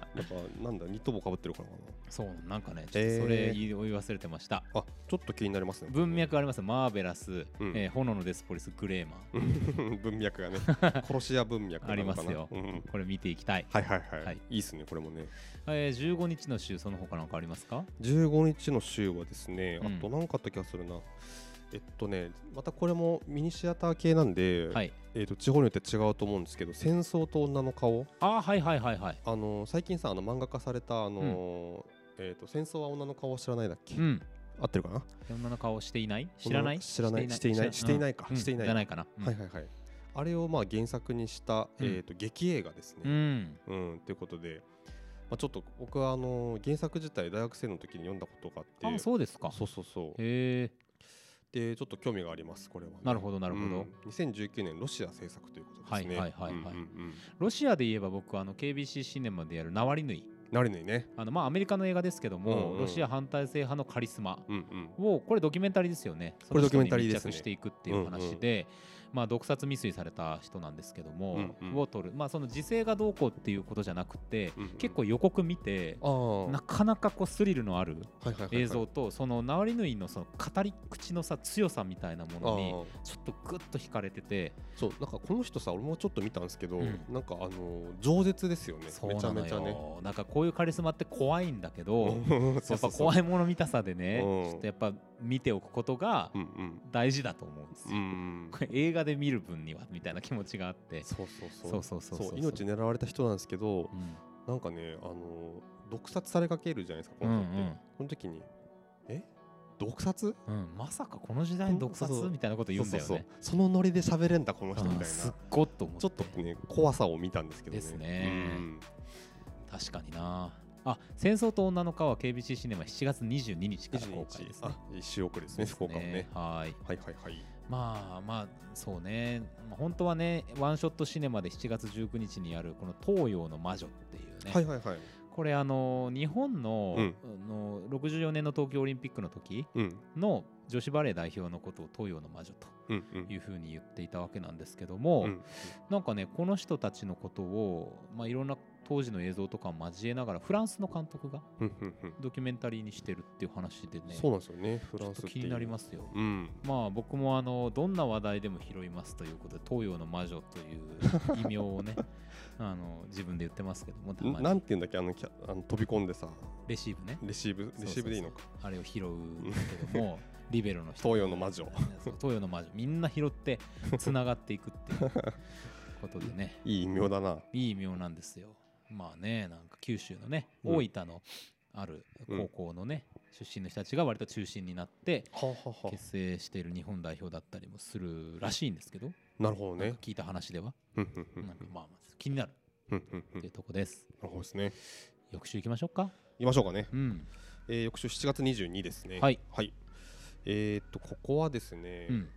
B: なんだニット帽かぶってるからか
A: そう、なんかね、ちょっとそれ
B: えー
A: 言い言い忘れてました。
B: なあちょっと気になりますね
A: 文脈あります、マーベラス、
B: うん
A: えー炎のデスポリス、グレーマン、
B: うん *laughs* 文
A: *laughs*
B: 脈がね殺し屋文脈なのかな
A: ありますよ
B: うんうん
A: これ見ていきたい。
B: はいはいはい、
A: はいい、
B: いっすねこれもね
A: えー、15日の週、その他なんかありますか
B: 15日の週はですね
A: うん
B: あと何かあった気がするな、えっとねまたこれもミニシアター系なんで、
A: はい。
B: えっと地方によって違うと思うんですけど「戦争と女の顔」
A: あーはいはいはいはい。
B: あの最近さあの漫画化されたあのーえっ、と戦争は女の顔を知らないだっけ、
A: うん。
B: 合ってるかな、
A: 女の顔していない知らない
B: 知らないしていないしていないか
A: うん
B: していない
A: じゃないかな。うん
B: はいはいはいあれをまあ原作にした、
A: うん
B: えー、と劇映画です
A: う
B: ね。
A: ん
B: うん、ということで、まあ、ちょっと僕はあの原作自体大学生の時に読んだことがあって
A: あそうですか
B: そうそうそう
A: へえ
B: でちょっと興味がありますこれはね、
A: なるほどなるほど、
B: うん2019年ロシア制作ということですね
A: はいはいはいはい
B: うんうんうん
A: ロシアで言えば僕あの KBC シネマでやるナワリヌイ
B: なるねね
A: あのまあアメリカの映画ですけども、
B: うんうん
A: ロシア反体制派のカリスマ
B: うんうん
A: をこれドキュメンタリーですよね
B: これドキュメンタリー
A: その人
B: です
A: に
B: ね
A: 密着していくっていう話で、まあ、毒殺未遂された人なんですけども、
B: うんうん
A: を撮る、まあ、その時勢がどうこうっていうことじゃなくて、
B: うんうん
A: 結構予告見て
B: あー
A: なかなかこうスリルのある
B: はいはいはいはい
A: 映像とそのナワリヌイのその語り口のさ強さみたいなも
B: あ
A: のに
B: ー
A: ちょっとグッと惹かれてて
B: そうなんかこの人さ俺もちょっと見たんですけど、
A: うん
B: なんかあの饒舌ですよね
A: そう
B: めち
A: な
B: ゃ
A: の
B: めちゃね
A: よなんかこういうカリスマって怖いんだけどやっぱ
B: い
A: 怖いもの見たさでね
B: うん
A: ちょっとやっぱ見ておくことが
B: うんうん
A: 大事だと思うんです
B: う
A: よ。
B: ん
A: これ映画で見る分にはみたいな気持ちがあって
B: そうそうそう
A: そうそうそうそう
B: そう命狙われた人なんですけ
A: う
B: ど
A: ん
B: なんかねあの毒殺されかけるじゃないですかこの人って、
A: うんうん
B: この時にえ毒殺
A: うんまさかこの時代に毒殺
B: そうそう
A: みたいなこと言うんだよ
B: そうそう
A: ね。
B: そうそのノリで喋れんだこの人みたい
A: うん
B: な
A: すっ
B: ち
A: ごっと思って
B: ょっとね怖さを見たんですけどね
A: ですね
B: うん
A: 確かになあ戦争と女の川は KBC シネマ7月22日から公
B: 22
A: 開
B: 日
A: ですね
B: あ一週遅れですね福岡もね
A: はい
B: はいはいはい
A: まあまあそうねまあ本当はねワンショットシネマで7月19日にやるこの東洋の魔女っていうね、
B: はいはいはい
A: これあの日本の,、
B: うん
A: の64年の東京オリンピックの時
B: うん
A: の女子バレー代表のことを東洋の魔女と
B: うんうん
A: いうふうに言っていたわけなんですけども、
B: うん
A: なんかねこの人たちのことを、まあ、いろんな当時の映像とかを交えながらフランスの監督が
B: うんうんうん
A: ドキュメンタリーにしてるっていう話でね
B: そうなんですよねフ
A: ち
B: ラ
A: ょっ
B: ンス
A: と気になりますすよ。
B: うん
A: まあ僕もあのどんな話題でも拾いますということで東洋の魔女という異名を
B: *laughs*
A: ねあの自分で言ってますけどもたま
B: な
A: に
B: んていうんだっけあのキャあの飛び込んでさ
A: レシーブね
B: レシーブレシーブでいいのか
A: あれを拾うんですけどもリベロの人
B: 東洋の魔女
A: そう東洋の魔女みんな拾ってつながっていくって
B: *laughs*
A: いうことでね
B: いい異名だない
A: い異名なんですよまあねなんか九州のね
B: うん
A: 大分のある高校のね、出身の人たちが割と中心になって
B: ははは
A: 結成している日本代表だったりもするらしいんですけど、
B: なるほど
A: なん
B: ね
A: か聞いた話では、
B: うんうんうん
A: なんかまあまあ気になる
B: うんうんうん
A: っ
B: な
A: てい
B: る
A: うとこです、
B: ほどですね
A: 翌週行きましょうか
B: いきましょうかね
A: うん
B: えー翌週7月22ですね
A: はい
B: えーっとここはですね
A: うん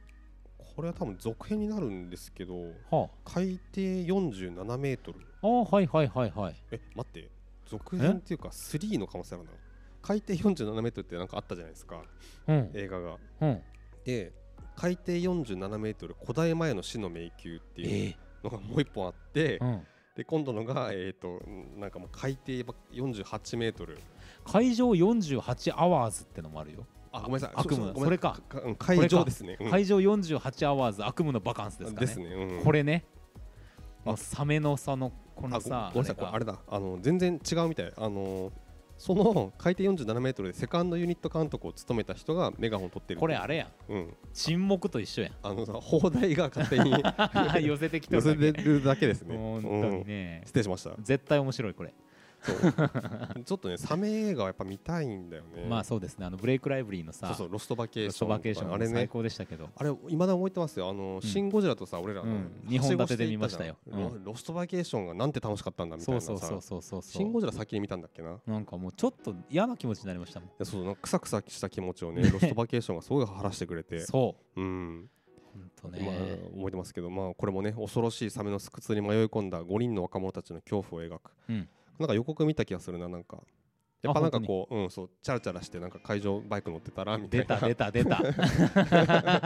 B: これは多分続編になるんですけど
A: は
B: 海底47メートル
A: ああーはいはいはいはい
B: え待って続編っていうか3の可能性あるな海底47メートルってなんかあったじゃないですか
A: うん
B: 映画が
A: うん
B: で海底47メートル古代前の死の迷宮っていう
A: え
B: のがもう一本あっ
A: え
B: て、
A: うん
B: で今度のがえっ、となんかもう海底ば48メートル
A: 会場48アワーズってのもあるよ、
B: あごめんなさい
A: 悪夢
B: ううごめん
A: それか
B: うん
A: こ
B: 海
A: れか
B: 上ですね、うん
A: 会場48アワーズ悪夢のバカンスですかね
B: ですね、うん
A: これね
B: あ
A: もうサメのさのこ
B: あ
A: の
B: ご
A: さ
B: ごめんなさいこれあれだあの全然違うみたいあのその海底47メートルでセカンドユニット監督を務めた人がメガホンを取ってる
A: これあれやん
B: うん
A: 沈黙と一緒や
B: あのさ放題が
A: *laughs*
B: 勝手に *laughs*
A: ん寄せてきてる
B: 寄
A: だ
B: せ
A: け
B: てるだけですね
A: 本当に
B: うん
A: ね、
B: 失礼しました
A: 絶対面白いこれ、
B: そうちょっとねサメ映画はやっぱ見たいんだよね
A: まあそうですねあのブレイクライブリーの
B: そう
A: さ
B: そうロストバケー
A: ロス
B: ショ
A: ト
B: ン
A: バケーション
B: あ
A: も
B: れ
A: 最
B: ね
A: 高でしたけど、
B: あれ未だ覚えてますよあの、
A: うん
B: シン・ゴジラとさ俺らの、
A: うん
B: はしご
A: 二本立てで見ましたよ
B: していったじゃんロロストバケーションがなんて楽しかったんだみたい
A: そう
B: なさ
A: そうそうそうそうそ
B: シン・ゴ
A: う
B: ジラ先に見たんだっけない
A: なんかもうちょっと嫌な気持ちになりましたもん
B: やそうなんかクサクサした気持ちをねロストバケーションがすごい晴らしてくれ
A: *laughs*
B: て
A: そ
B: うん、
A: う本当
B: まあ
A: ね、
B: 覚えてますけどまあこれもね恐ろしいサメの巣窟に迷い込んだ5人の若者たちの恐怖を描く、
A: うん
B: なんか予告見た気がするななんかやっぱなんか
A: あ
B: こう、うん、そうチャラチャラしてなんか会場バイク乗ってたらみた
A: 出
B: いな
A: た出た出た
B: *laughs*
A: *laughs*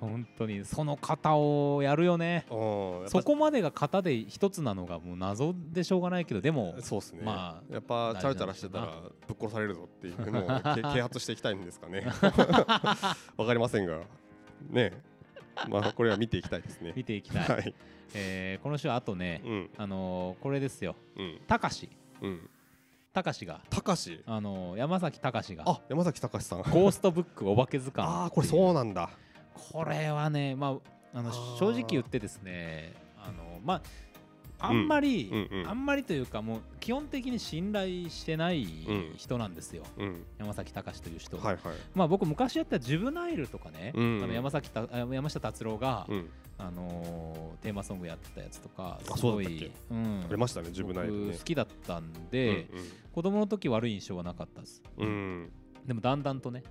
A: 本当にその型をやるよね
B: うんやっぱ
A: そこまでが型で一つなのがもう謎でしょうがないけどで
B: *laughs*
A: も
B: そうですね、
A: まあ
B: やっぱチャラチャラしてたら
A: 大
B: ぶっ殺されるぞっていうのを
A: *laughs*
B: け啓発していきたいんですかねわかりませんがねまあこれは見ていきたいですね
A: 見ていきたい、
B: はい
A: えーこの週はあとね、
B: うん
A: あのーこれですよ
B: うん
A: たかし
B: うん
A: たかしが、
B: たかし
A: あのー山崎たかしが
B: あ山崎たかしさんあ
A: ゴーストブックお化け図鑑
B: あーこれそう
A: う
B: なんだ
A: これはねまああの
B: あー
A: 正直言ってですねあのまああんまり、
B: うんうん
A: あんまりというかもう基本的に信頼してない
B: うん
A: 人なんですよ、
B: うん
A: 山崎隆という人、
B: はいはい
A: まあ僕昔やったジブナイルとかね、
B: うん
A: あの山崎たあ山下達郎が、
B: うん
A: あのーテーマソングやってたやつとか
B: あ
A: すご
B: そうだったっ
A: い、うん
B: ありましたね自分内で
A: 僕
B: ね
A: 好きだったんで、子供の時悪い印象はなかったです
B: うん、うんうん
A: でもだんだんとね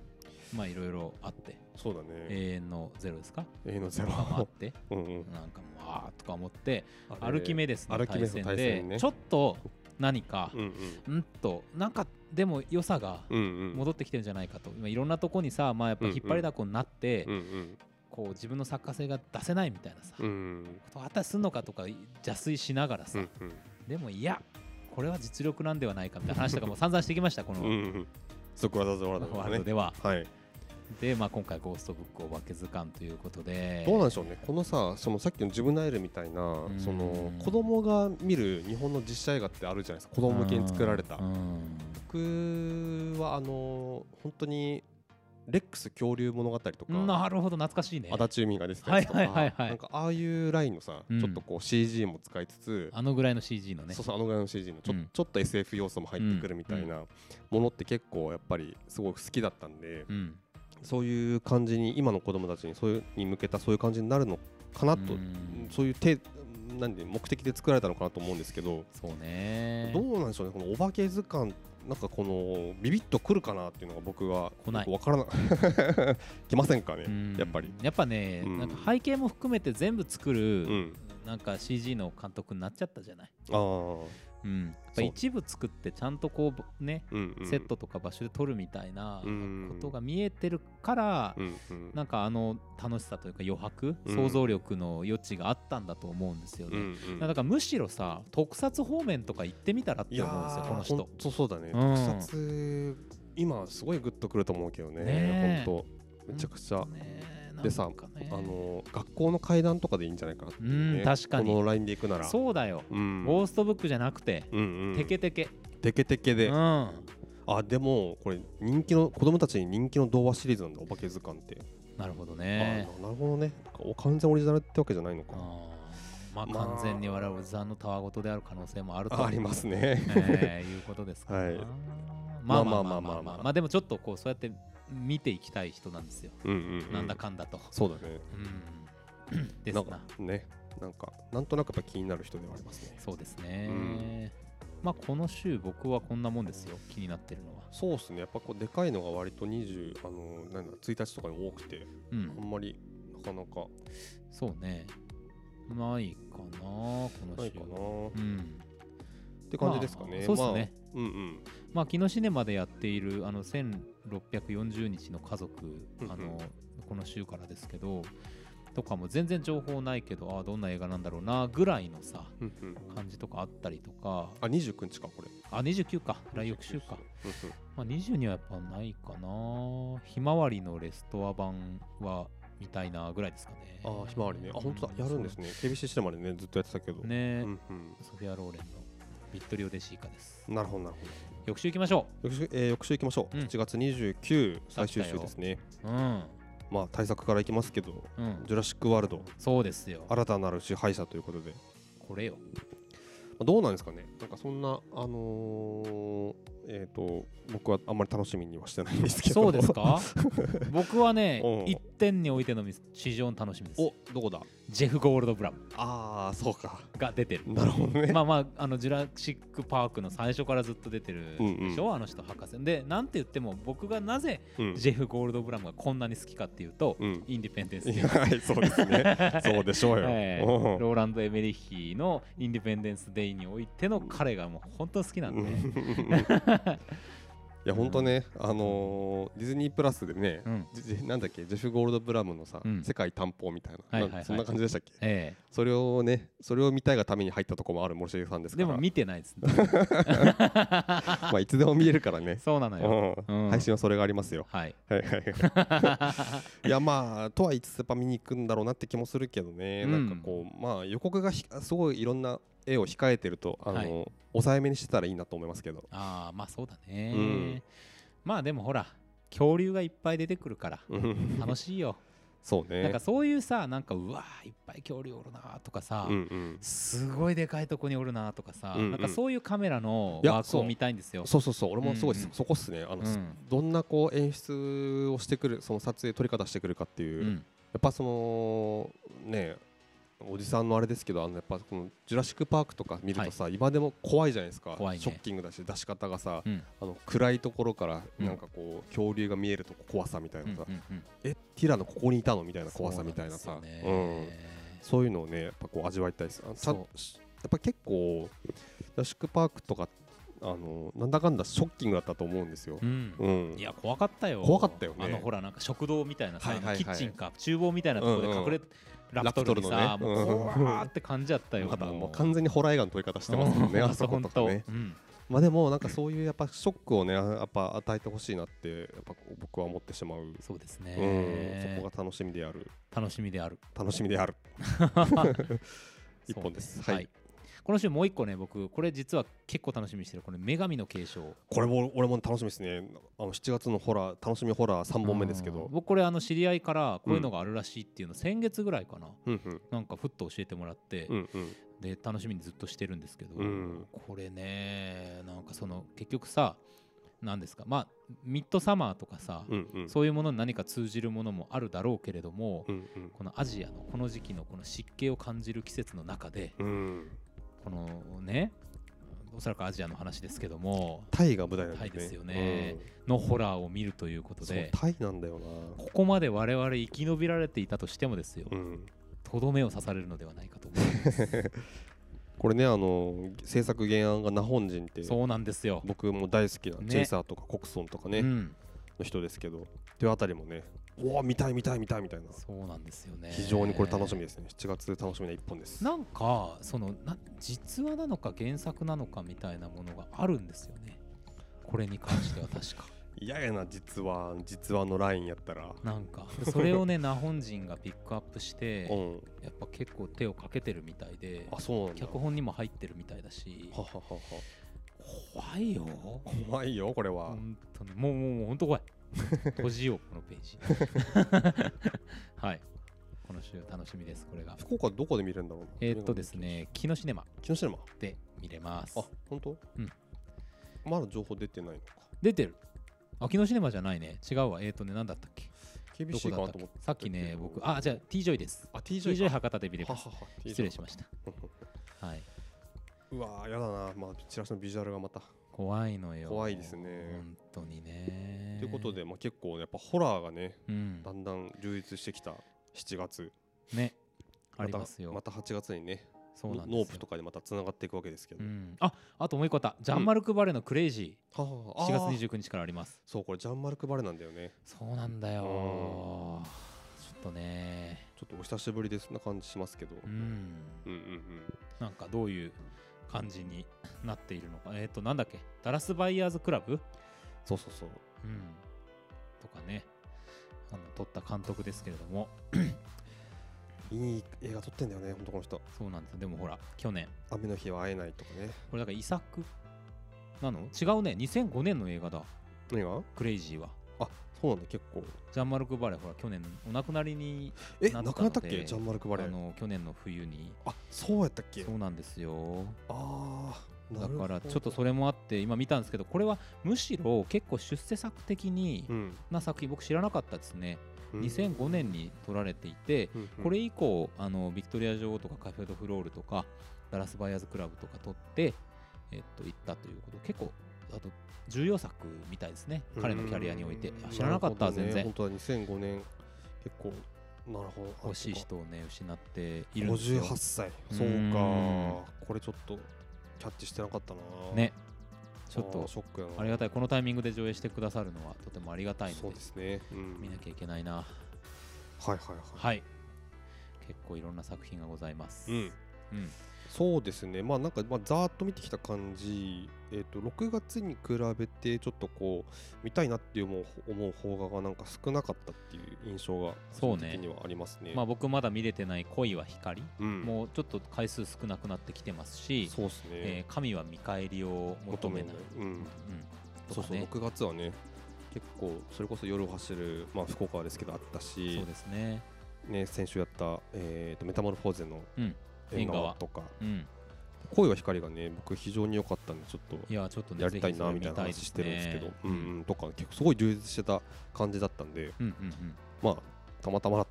A: まあいろいろあって
B: そうだね
A: 永遠のゼロですか
B: 永遠のゼ
A: とかもあっ
B: ロ
A: て
B: うんうん
A: なんかもうあーとか思って
B: あれ
A: アルキメデス
B: ア
A: の
B: ルキ
A: 対
B: メデスの
A: 戦
B: 対
A: で
B: 戦ね
A: ちょっと何か
B: うん
A: うんとなんかでも良さが
B: うんうんうん
A: 戻ってきてるんじゃないかと今いろんなとこにさまあやっぱ引っ張りだこになって
B: うんうん
A: こう自分の作家性が出せないみたいなさ
B: うんうん
A: ことあったりすんのかとか邪推しながら
B: う
A: さ
B: んうん
A: でもいやこれは実力なんではないかみたいな話とかも散々してきましたこの
B: うんうんそこはだぞ
A: ワ
B: わ
A: ー
B: だ
A: ル
B: ね
A: ドでは。
B: はい
A: で、まあ、今回「ゴーストブックお化け図鑑」ということで
B: どうなんでしょうね、このさ、そのさっきのジブナイルみたいな、
A: ん
B: その子供が見る日本の実写映画ってあるじゃないですか、子供向けに作られた
A: う。ん
B: 僕はあの本当にレックス恐竜物語とか、
A: うんなるほど懐かしいね
B: 足立由美が出てたやつとか、
A: はいはいはいはい
B: なんかああいうラインのさ、
A: うん
B: ちょっとこう CG も使いつつ、
A: あのぐらいの CG のね
B: そうそうあのぐらいの CG のちょ,、
A: うん
B: ちょっと SF 要素も入ってくるみたいなものって結構やっぱりすごく好きだったんで、
A: うん
B: そういう感じに今の子供たちにそういうに向けたそういう感じになるのかなと
A: うん
B: そういう手なんで目的で作られたのかなと思うんですけど、
A: そうね
B: どうなんでしょうねこのお化け図鑑なんかこのビビッとくるかなっていうのが僕は
A: 来ない
B: よくわからな *laughs* 来ませんかね、
A: うん
B: やっぱり
A: やっぱね、
B: うん
A: なんか背景も含めて全部作る、
B: うん
A: なんか CG の監督になっちゃったじゃない、
B: あー
A: うん、やっぱ
B: そう
A: 一部作ってちゃんとこうね、
B: うんうん
A: セットとか場所で撮るみたいな
B: うん
A: ことが見えてるから、
B: うんうん
A: なんかあの楽しさというか余白、
B: うん
A: 想像力の余地があったんだと思うんですよ
B: う
A: ね、
B: んうん
A: だからむしろさ特撮方面とか行ってみたらって思うんですよ
B: ー
A: この人
B: ほんとそうだね、
A: うん
B: 特撮今すごいグッとくると思うけどね
A: ねえ
B: 本当めちゃくちゃ、
A: ねえ
B: でさ、
A: なんかね
B: あの学校の階段とかでいいんじゃないかなっていうね
A: うん確かに
B: このラインで行くなら
A: そうだよ、
B: うん
A: ゴーストブックじゃなくて、
B: うんうん
A: テケテケ、
B: テケテケで、
A: うん、
B: あでもこれ人気の子供たちに人気の童話シリーズなんだお化け図鑑って、
A: なるほど
B: あ
A: ね
B: ななるほどねなんかお完全オリジナルってわけじゃないのか
A: あーまあ
B: まあ
A: 完全に我々おじさんのたわごとである可能性もあると
B: あありますね
A: えーいうことですから
B: はい
A: まあまあま
B: ま
A: あまあ
B: あまあまあまあま
A: ま
B: あ
A: あまあまあでもちょっとこうそうやって見ていきたい人なんですよ、
B: うんうん、うん、
A: なんだかんだと、
B: そうだね
A: うんです
B: な
A: なん
B: かねなんかなんとなくやっぱ気になる人ではありますね
A: そうですね、
B: うん
A: まあこの週僕はこんなもんですよ気になってるのは、
B: そうですねやっぱこうでかいのが割と20あのなんだ1日とかに多くて
A: う
B: あ
A: ん、
B: んまりなかなか
A: そうねないかなこの
B: ない
A: 週
B: かな
A: はうん
B: って感じですかね、
A: まあそうっすね
B: まあ、うんうん
A: まあ、キノシネマでやっているあの1640日の家族、
B: うんうん
A: あのこの週からですけどとかも全然情報ないけどああどんな映画なんだろうなぐらいのさ
B: うんうん
A: 感じとかあったりとか
B: あ29日かこれ
A: あ29か来翌週か、
B: うん
A: まあ、22はやっぱないかなひまわりのレストア版はみたいなぐらいですかね
B: うん、あひまわりねあ本当だやるんですね KBC シネマでねずっとやってたけど、
A: ね、
B: うんうん
A: ソフィア・ローレンのビットリオ・デシーカです
B: なるほどなるほど
A: 翌週行きましょ
B: 翌週、えー、翌週行きましょう、
A: うん
B: 7月29最終週ですね
A: ううん
B: まあ対策からいきますけど
A: うん
B: ジュラシック・ワールド
A: そうですよ
B: 新たなる支配者ということで、ま
A: これよ
B: あどうなんですかねなんかそんなあのーえっ、と僕はあんまり楽しみにはしてないんですけど
A: そうですか僕はね
B: うん
A: 一点においてのみ非常に楽しみです
B: おどこだ
A: ジェフ・ゴールドブラム
B: *laughs* ああそうか
A: が出てる
B: なるほどね、
A: まあまああのジュラシック・パークの最初からずっと出てる
B: うんうん
A: でしょ、あの人博士でなんて言っても僕がなぜ
B: うん
A: ジェフ・ゴールドブラムがこんなに好きかっていうと、
B: うん
A: インディペンデンスデ
B: い
A: ー
B: や *laughs* はいそうで
A: *laughs*
B: すねそうでしょうよ、
A: ええ
B: うん
A: ローランド・エメリッヒのインディペンデンス・デイにおいての彼がもう本当好きなんで、
B: いや本当ね、あのーディズニープラスでね、
A: うん
B: ジジなんだっけジェフ・ゴールドブラムのさ、
A: うん
B: 世界探訪みたいな、
A: はいはいはい
B: なそんな感じでしたっけ
A: え
B: それをねそれを見たいがために入ったとこもある森重さんで
A: え
B: すか
A: で
B: ら
A: も見てないです、ね、
B: *laughs* まあいつでも見れるからね、
A: そうなのよ、
B: うん
A: うん
B: 配信はそれがありますよ
A: はい
B: はいはいは
A: *laughs*
B: いいやまあとは言いつつやっぱ見に行くんだろうなって気もするけどね、
A: うん
B: なんかこうまあ予告がひすごいいろんな絵を控えてるとあの、
A: はい
B: 抑えめにしてたらいいなと思いますけど
A: ああまあそうだね、
B: うん
A: まあでもほら恐竜がいっぱい出てくるから
B: *laughs* うん
A: 楽しいよ
B: そうね
A: なんかそういうさなんかうわーいっぱい恐竜おるなーとかさ、
B: うんうん
A: すごいでかいとこにおるなーとかさ、
B: うんうん
A: なんかそういうカメラの
B: いや
A: ワークを見たいんですよ。
B: そうそうそう俺もすごい
A: うんうん
B: そこっすねあ
A: う
B: の、
A: ん
B: どんなこう演出をしてくるその撮影撮り方してくるかっていう、
A: う
B: や
A: ん
B: っぱそのねおじさんのあれですけどあのやっぱこの「ジュラシック・パーク」とか見るとさ、今でも怖いじゃないですか、
A: 怖いね
B: ショッキングだし出し方がさ、
A: うん
B: あの暗いところから
A: うん
B: なんかこう恐竜が見えるとこ怖さみたいなさ、
A: うんうんうん
B: えティラのここにいたのみたいな怖さみたいな
A: そ
B: さ
A: うなんです
B: う
A: よ
B: ん
A: ね
B: そういうのをねやっぱこう味わいたいですあ
A: そ
B: た
A: う
B: やっぱ結構ダシックパークとかあのなんだかんだショッキングだったと思うんですよ、
A: うん
B: うん
A: いや怖かったよ
B: 怖かったよね
A: あのほらなんか食堂みたいなさ、
B: はいはいはい
A: あのキッチンか厨房みたいなところで隠れ、
B: うん
A: ラプトルにさ
B: ラプトルのね
A: もう
B: うん
A: 怖ーって感じやったよ
B: まだもう完全にホラー映画の撮り方してますもんね、
A: うん
B: あそことかね。
A: 本当うん
B: まあでも、なんかそういうやっぱショックをね、やっぱ与えてほしいなって、やっぱこう僕は思ってしまう。うん、
A: そうですね、
B: そこが楽しみである、
A: 楽しみである
B: 楽しみである。 *laughs* 一
A: そう
B: 本です。はい。
A: この週もう一個ね僕これ実は結構楽しみにしてるこれ女神の継承
B: これも俺も楽しみですね。あの7月のホラー、楽しみホラー3本目ですけ
A: うん
B: ど。
A: 僕これあの知り合いからこういうのがあるらしいっていうの先月ぐらいかな
B: うんうん
A: なんかふっと教えてもらって、
B: うんうん
A: で楽しみにずっとしてるんですけど、
B: うん
A: これねなんかその結局さ何ですかまあミッドサマーとかさ、
B: うんうん
A: そういうものに何か通じるものもあるだろうけれども、
B: うんうん
A: このアジアのこの時期のこの湿気を感じる季節の中で、
B: うん。
A: このねおそらくアジアの話ですけども
B: タイが舞台なんですね。
A: タイですよね
B: うん
A: のホラーを見るということ
B: そう
A: で
B: タイなんだよな。
A: ここまで我々生き延びられていたとしてもですよ
B: うん。
A: とどめを刺されるのではないかと思います
B: これね、あの制作原案がナホン人って。
A: そうなんですよ、
B: 僕も大好きな
A: ね
B: ジェイサーとかコクソンとかね、
A: うん、
B: の人ですけどというあたりもねおお見たい見たい見たいみたいな
A: そうなんですよね
B: 非常にこれ楽しみですね7月楽しみな一本です
A: なんかそのな実話なのか原作なのかみたいなものがあるんですよねこれに関しては *laughs* 確か
B: 嫌やな実は実話のラインやったら
A: なんかそれをね *laughs* ナホン人がピックアップして
B: うん
A: やっぱ結構手をかけてるみたいで
B: あそうなんだ
A: 脚本にも入ってるみたいだし
B: はははは
A: 怖いよ
B: 怖いよこれは、
A: 本当にもうもうもう本当 *laughs* 怖い閉じようこのペ *laughs* ージはいこの週楽しみですこれが
B: 福岡どこで見れるんだろう
A: えーっとですね木のシネマ
B: 昨日シネマ
A: で見れます
B: あ本当
A: うん
B: まだ情報出てないのか
A: 出てるあ木のシネマじゃないね違うわえーっとね何だったっけど
B: KBC
A: こ
B: か
A: だっ
B: な
A: た
B: と
A: っ
B: 思
A: け
B: って
A: さっきね僕あじゃあ T ジョイです
B: あ TJ か
A: T ジョイ博多で見れ
B: は
A: ま
B: は
A: す
B: は TJ
A: 失礼しました
B: うわーやだなまあチラシのビジュアルがまた
A: 怖いのよ
B: 怖いですね
A: 本当にね
B: ということで、まあ、結構やっぱホラーがね
A: うん
B: だんだん充実してきた7月
A: ねあ
B: ま
A: り
B: た
A: ますよ
B: また8月にね
A: そうなんですよ
B: ノープとかでまたつながっていくわけですけど、
A: うん、ああともう一個あったジャンマルク・バレーのクレイジ
B: はは
A: ー、
B: あー
A: 4月29日からあります
B: そうこれジャンマルク・バレなんだよね
A: そうなんだよ
B: う
A: ち
B: ん
A: ょっとね
B: ちょっとお久しぶりですな感じしますけど、
A: うん
B: うん、うんうん
A: なんかどういう感じになっているのかえっ、となんだっけダラス・バイヤーズ・クラブ、
B: そうそうそう
A: うん、とかねあの撮った監督ですけれども
B: いい映画撮ってんだよねほんとこの人
A: そうなんですでもほら去年
B: 雨の日は会えないとかね
A: これだから遺作なの違うね2005年の映画だ
B: 何が
A: クレイジーは
B: あそうなんだ結構
A: ジャンマルク・バレーほら去年お亡くなりに
B: え
A: な
B: な
A: ったので
B: くなったっけジャンマルク・
A: あ
B: バレ
A: の去年の冬に
B: あそうやったっけ
A: そうなんですよ
B: ああ
A: だからちょっと
B: れ
A: それもあって今見たんですけどこれはむしろ結構出世作的に
B: うん、
A: な作品僕知らなかったですね
B: うん、
A: 2005年に撮られていて
B: うんうん
A: これ以降あのビクトリア女王とかカフェ・ド・フロールとかダラス・バイヤーズ・クラブとか撮ってえっと行ったということ結構あと重要作みたいですね彼のキャリアにおいて
B: うん
A: あ知らなかった
B: るほどね
A: 全然
B: 本当は2005年結構なるほど
A: 欲しい人をね失っているんですよ
B: 58歳
A: うん
B: そうかこれちょっとキャッチしてなかったな
A: ねちょっ
B: あー
A: と
B: ショックやな
A: ありがたいこのタイミングで上映してくださるのはとてもありがたい
B: そ
A: の
B: う
A: で
B: ですねうん
A: 見なきゃいけないな
B: はいはいはい
A: はい。結構いろんな作品がございます。
B: うん
A: うん。
B: そうですねまあなんかまあざーっと見てきた感じえっと6月に比べてちょっとこう見たいなって思う思う邦画がなんか少なかったっていう印象が
A: そうね
B: 個人的にはありますね
A: まあ僕まだ見れてない恋は光、
B: うん
A: もうちょっと回数少なくなってきてますし、
B: そうです
A: え
B: ね
A: ー神は見返りを求めない。
B: 求めないうん
A: うん。と
B: そう
A: か
B: そう
A: ね
B: 6月はね結構それこそ夜を走る、まあ、福岡はですけどあったし
A: そう、ですね
B: ね、先週やった、えーとメタモルフォーゼの
A: うん
B: 縁
A: 縁側
B: 側とか
A: うん
B: 「恋は光」がね僕非常に良かったんでちょっと
A: いやちょっとね
B: やりた
A: ぜ
B: い
A: ひそ
B: な
A: れ
B: みたいな
A: 見
B: 話
A: で
B: してるんですけど
A: う
B: うんんうんとか結構すごい充実してた感じだったんで
A: うんうんうん
B: まあたまた *laughs* ま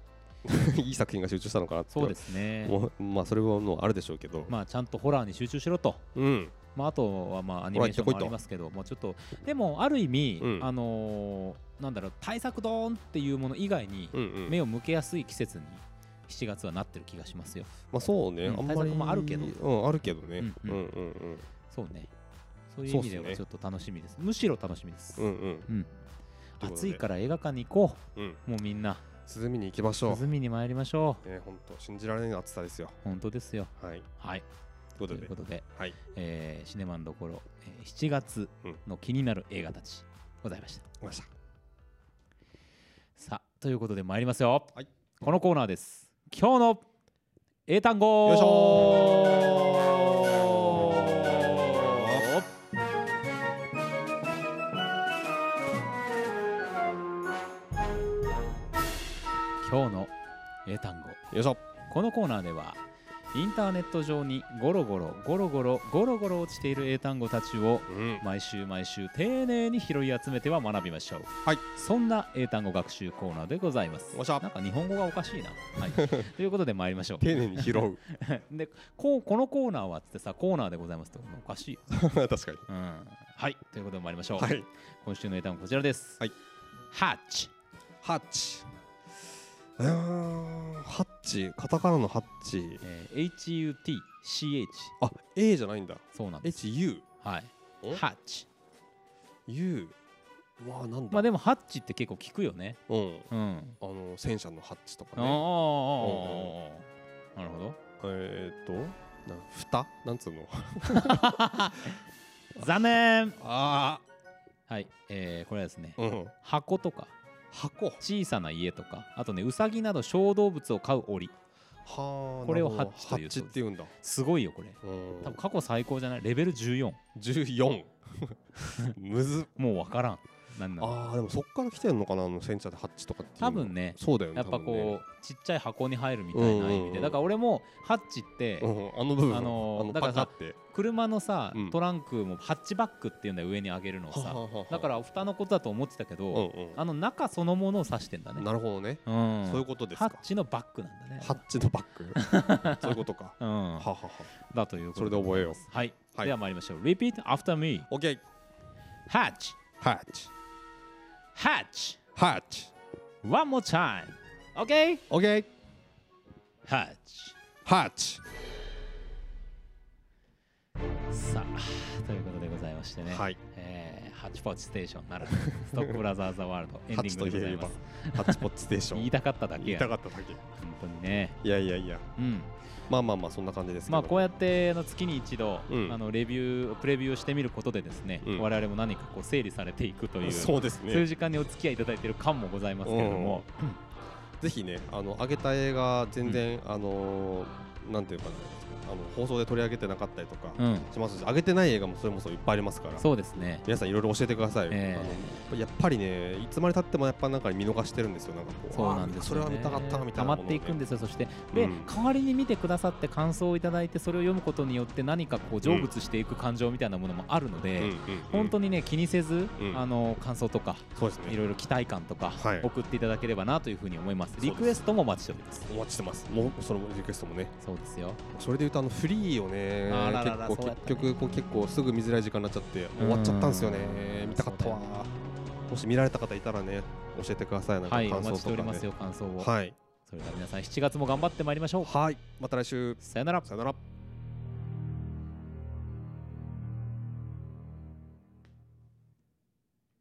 B: いい作品が集中したのかなって
A: そうですね
B: もうまあそれはもうあるでしょうけど、
A: まあちゃんとホラーに集中しろと
B: うん
A: まあ、あとはまあアニメーションもありますけど、まあ、ちょっとでもある意味、
B: うん
A: あのーなんだろう対策ドーンっていうもの以外に
B: うんうん
A: 目を向けやすい季節に7月はなってる気がしますよ。
B: まあそうね、
A: うん
B: あんま
A: 対
B: り
A: 策もあるけど
B: うんあるけどね
A: う
B: うんん
A: う
B: うんんうん
A: そうね。そういう意味で
B: そうっす
A: は
B: ね
A: ちょっと楽しみです。むしろ楽しみです。
B: うんうん
A: うん
B: ということ
A: 暑
B: で
A: いから映画館に行こ
B: うん
A: う。もうみんな
B: 涼みに行きましょ
A: 涼みに参りましょ
B: うね本当信じられない暑さですよ
A: う。本当ですよ。
B: はい
A: はい。
B: ということと
A: いう
B: で
A: ことで、
B: はい
A: えーシネマンどころ、えー7月の気になる映画たちございました。
B: ました
A: さあということで参りますよ、
B: はい
A: このコーナーです今日の英単語
B: よいし
A: 今日の英単語
B: よいしょ
A: このコーナーではインターネット上にゴロゴロゴロゴロゴロゴロ落ちている英単語たちを
B: うん
A: 毎週毎週丁寧に拾い集めては学びましょう、
B: はい、
A: そんな英単語学習コーナーでございます
B: よっしゃ
A: なんか日本語がおかしいな、は
B: *laughs*
A: い、ということで参りましょう
B: 丁寧に拾う *laughs*
A: でこうこのコーナーはっつってさコーナーでございますってことおかしいよ、
B: 確かに
A: うん、はいということで参りましょう、
B: はい
A: 今週の英単語こちらです、
B: はい、
A: ハッチ
B: ハッチうーんハッチカタカナのハッチ
A: えー HUTCH
B: あ A じゃないんだ
A: そうなんです
B: HU
A: はい
B: ん
A: ハッチ
B: U うわあなんだ
A: まあでもハッチって結構聞くよね
B: うん
A: うん
B: あの戦車のハッチと
A: あーあーあーあーあー
B: か
A: な
B: ね
A: るほど
B: えーっとな蓋なんつうの
A: 残念
B: あ
A: はい、えーこれはですね、
B: あうん
A: 箱とか
B: 箱は
A: 小さな家とかあとねウサギなど小動物を飼う檻
B: あ
A: これを
B: なるほど
A: ハッチという
B: ハッチって言うんだ
A: すごいよこれ
B: うん
A: 多分過去最高じゃないレベル14 *laughs*
B: 14むずっ
A: もう分からんなんなの
B: あーでもそっから来てんのかなあの戦車でハッチとかっていうの
A: 多分ね
B: そうだよね
A: やっぱ
B: 多分ね
A: こうちっちゃい箱に入るみたいな意
B: うん
A: 味
B: うんう
A: で
B: ん
A: だから俺もハッチって
B: うん、あの部分
A: あのー
B: あの
A: だからさ
B: パカって
A: 車のさ
B: うん
A: トランクもハッチバックっていうんだよ上に上げるのを
B: はは
A: さ
B: はは
A: だから蓋のことだと思ってたけ
B: うん
A: ど
B: うん
A: あの中そのものを指してんだね
B: なるほどね、
A: うん
B: そういうことです
A: ハ
B: か
A: ッチのバックなんだね
B: ハッチの
A: *laughs*
B: バックそういうことか
A: うん
B: ははは
A: だということ
B: それで覚えよう
A: はい、
B: はい
A: では参りましょう Repeat after me
B: オッケー
A: ハッチ
B: ハッチ
A: ハッチ
B: ハッチ
A: One more time OK
B: オッケー
A: ハッチ
B: ハッチ
A: さあということでございましてね、
B: はい
A: えーハッチポッチステーションならぬストックブラザーズ・
B: *laughs*
A: ワールドエン
B: ハ
A: デ
B: ッチ
A: ィ
B: と
A: ング
B: い
A: でございま
B: えば
A: す
B: ハッチポッチステーション
A: 言いたかっただけ
B: 言い
A: や
B: た
A: 本
B: かっただけい
A: 当にね
B: やいやいや
A: うん
B: まあまあまあそんな感じですけど
A: まあこうやってあの月に一度、
B: うん
A: あのレビュープレビューをしてみることでですね、
B: うん
A: 我々も何かこう整理されていくという
B: そうです
A: そういう
B: ね
A: 時間にお付き合いいただいている感もございますけれども、
B: ぜひねあの上げた映画全然、あのーなんていうかねあの放送で取り上げてなかったりとか
A: うん、
B: しますし上げてない映画もそれもそういっぱいありますから
A: そうですね。
B: 皆さんいろいろ教えてください、
A: えー
B: あのやっぱりねいつまでたってもやっぱなんか見逃してるんですよなんかこう
A: そうなんですよ、ね。
B: あそれは見たかったなみたいな
A: 溜まっていくんですすよ。そしてで、
B: うん
A: 代わりに見てくださって感想をいただいて、それを読むことによって何かこう成仏していく感情みたいなものもあるので、本当
B: に
A: にね気にせず、
B: うん
A: あの感想とか。
B: そうですね
A: いろいろ期待感とか
B: はい
A: 送っていただければなというふうに思います。
B: そう
A: リ
B: です
A: クエストもお待ちしております。
B: お待ちしてますもうそのリクエストもね
A: そうですよ。
B: それで言うとあのフリーをね
A: あららら
B: 結構
A: そうやったね
B: 結局こう結構すぐ見づらい時間になっちゃって終わっちゃったんですよね見たかったわ
A: そうだよ
B: もし見られた方いたらね教えてくださいなんか
A: は
B: 感
A: い、お待
B: 想
A: ちしてお
B: と
A: り
B: か
A: ます
B: ね
A: よ感想を。
B: はい
A: それでは皆さん7月も頑張ってまいりましょう。
B: はいまた来週
A: さよなら。
B: さよなら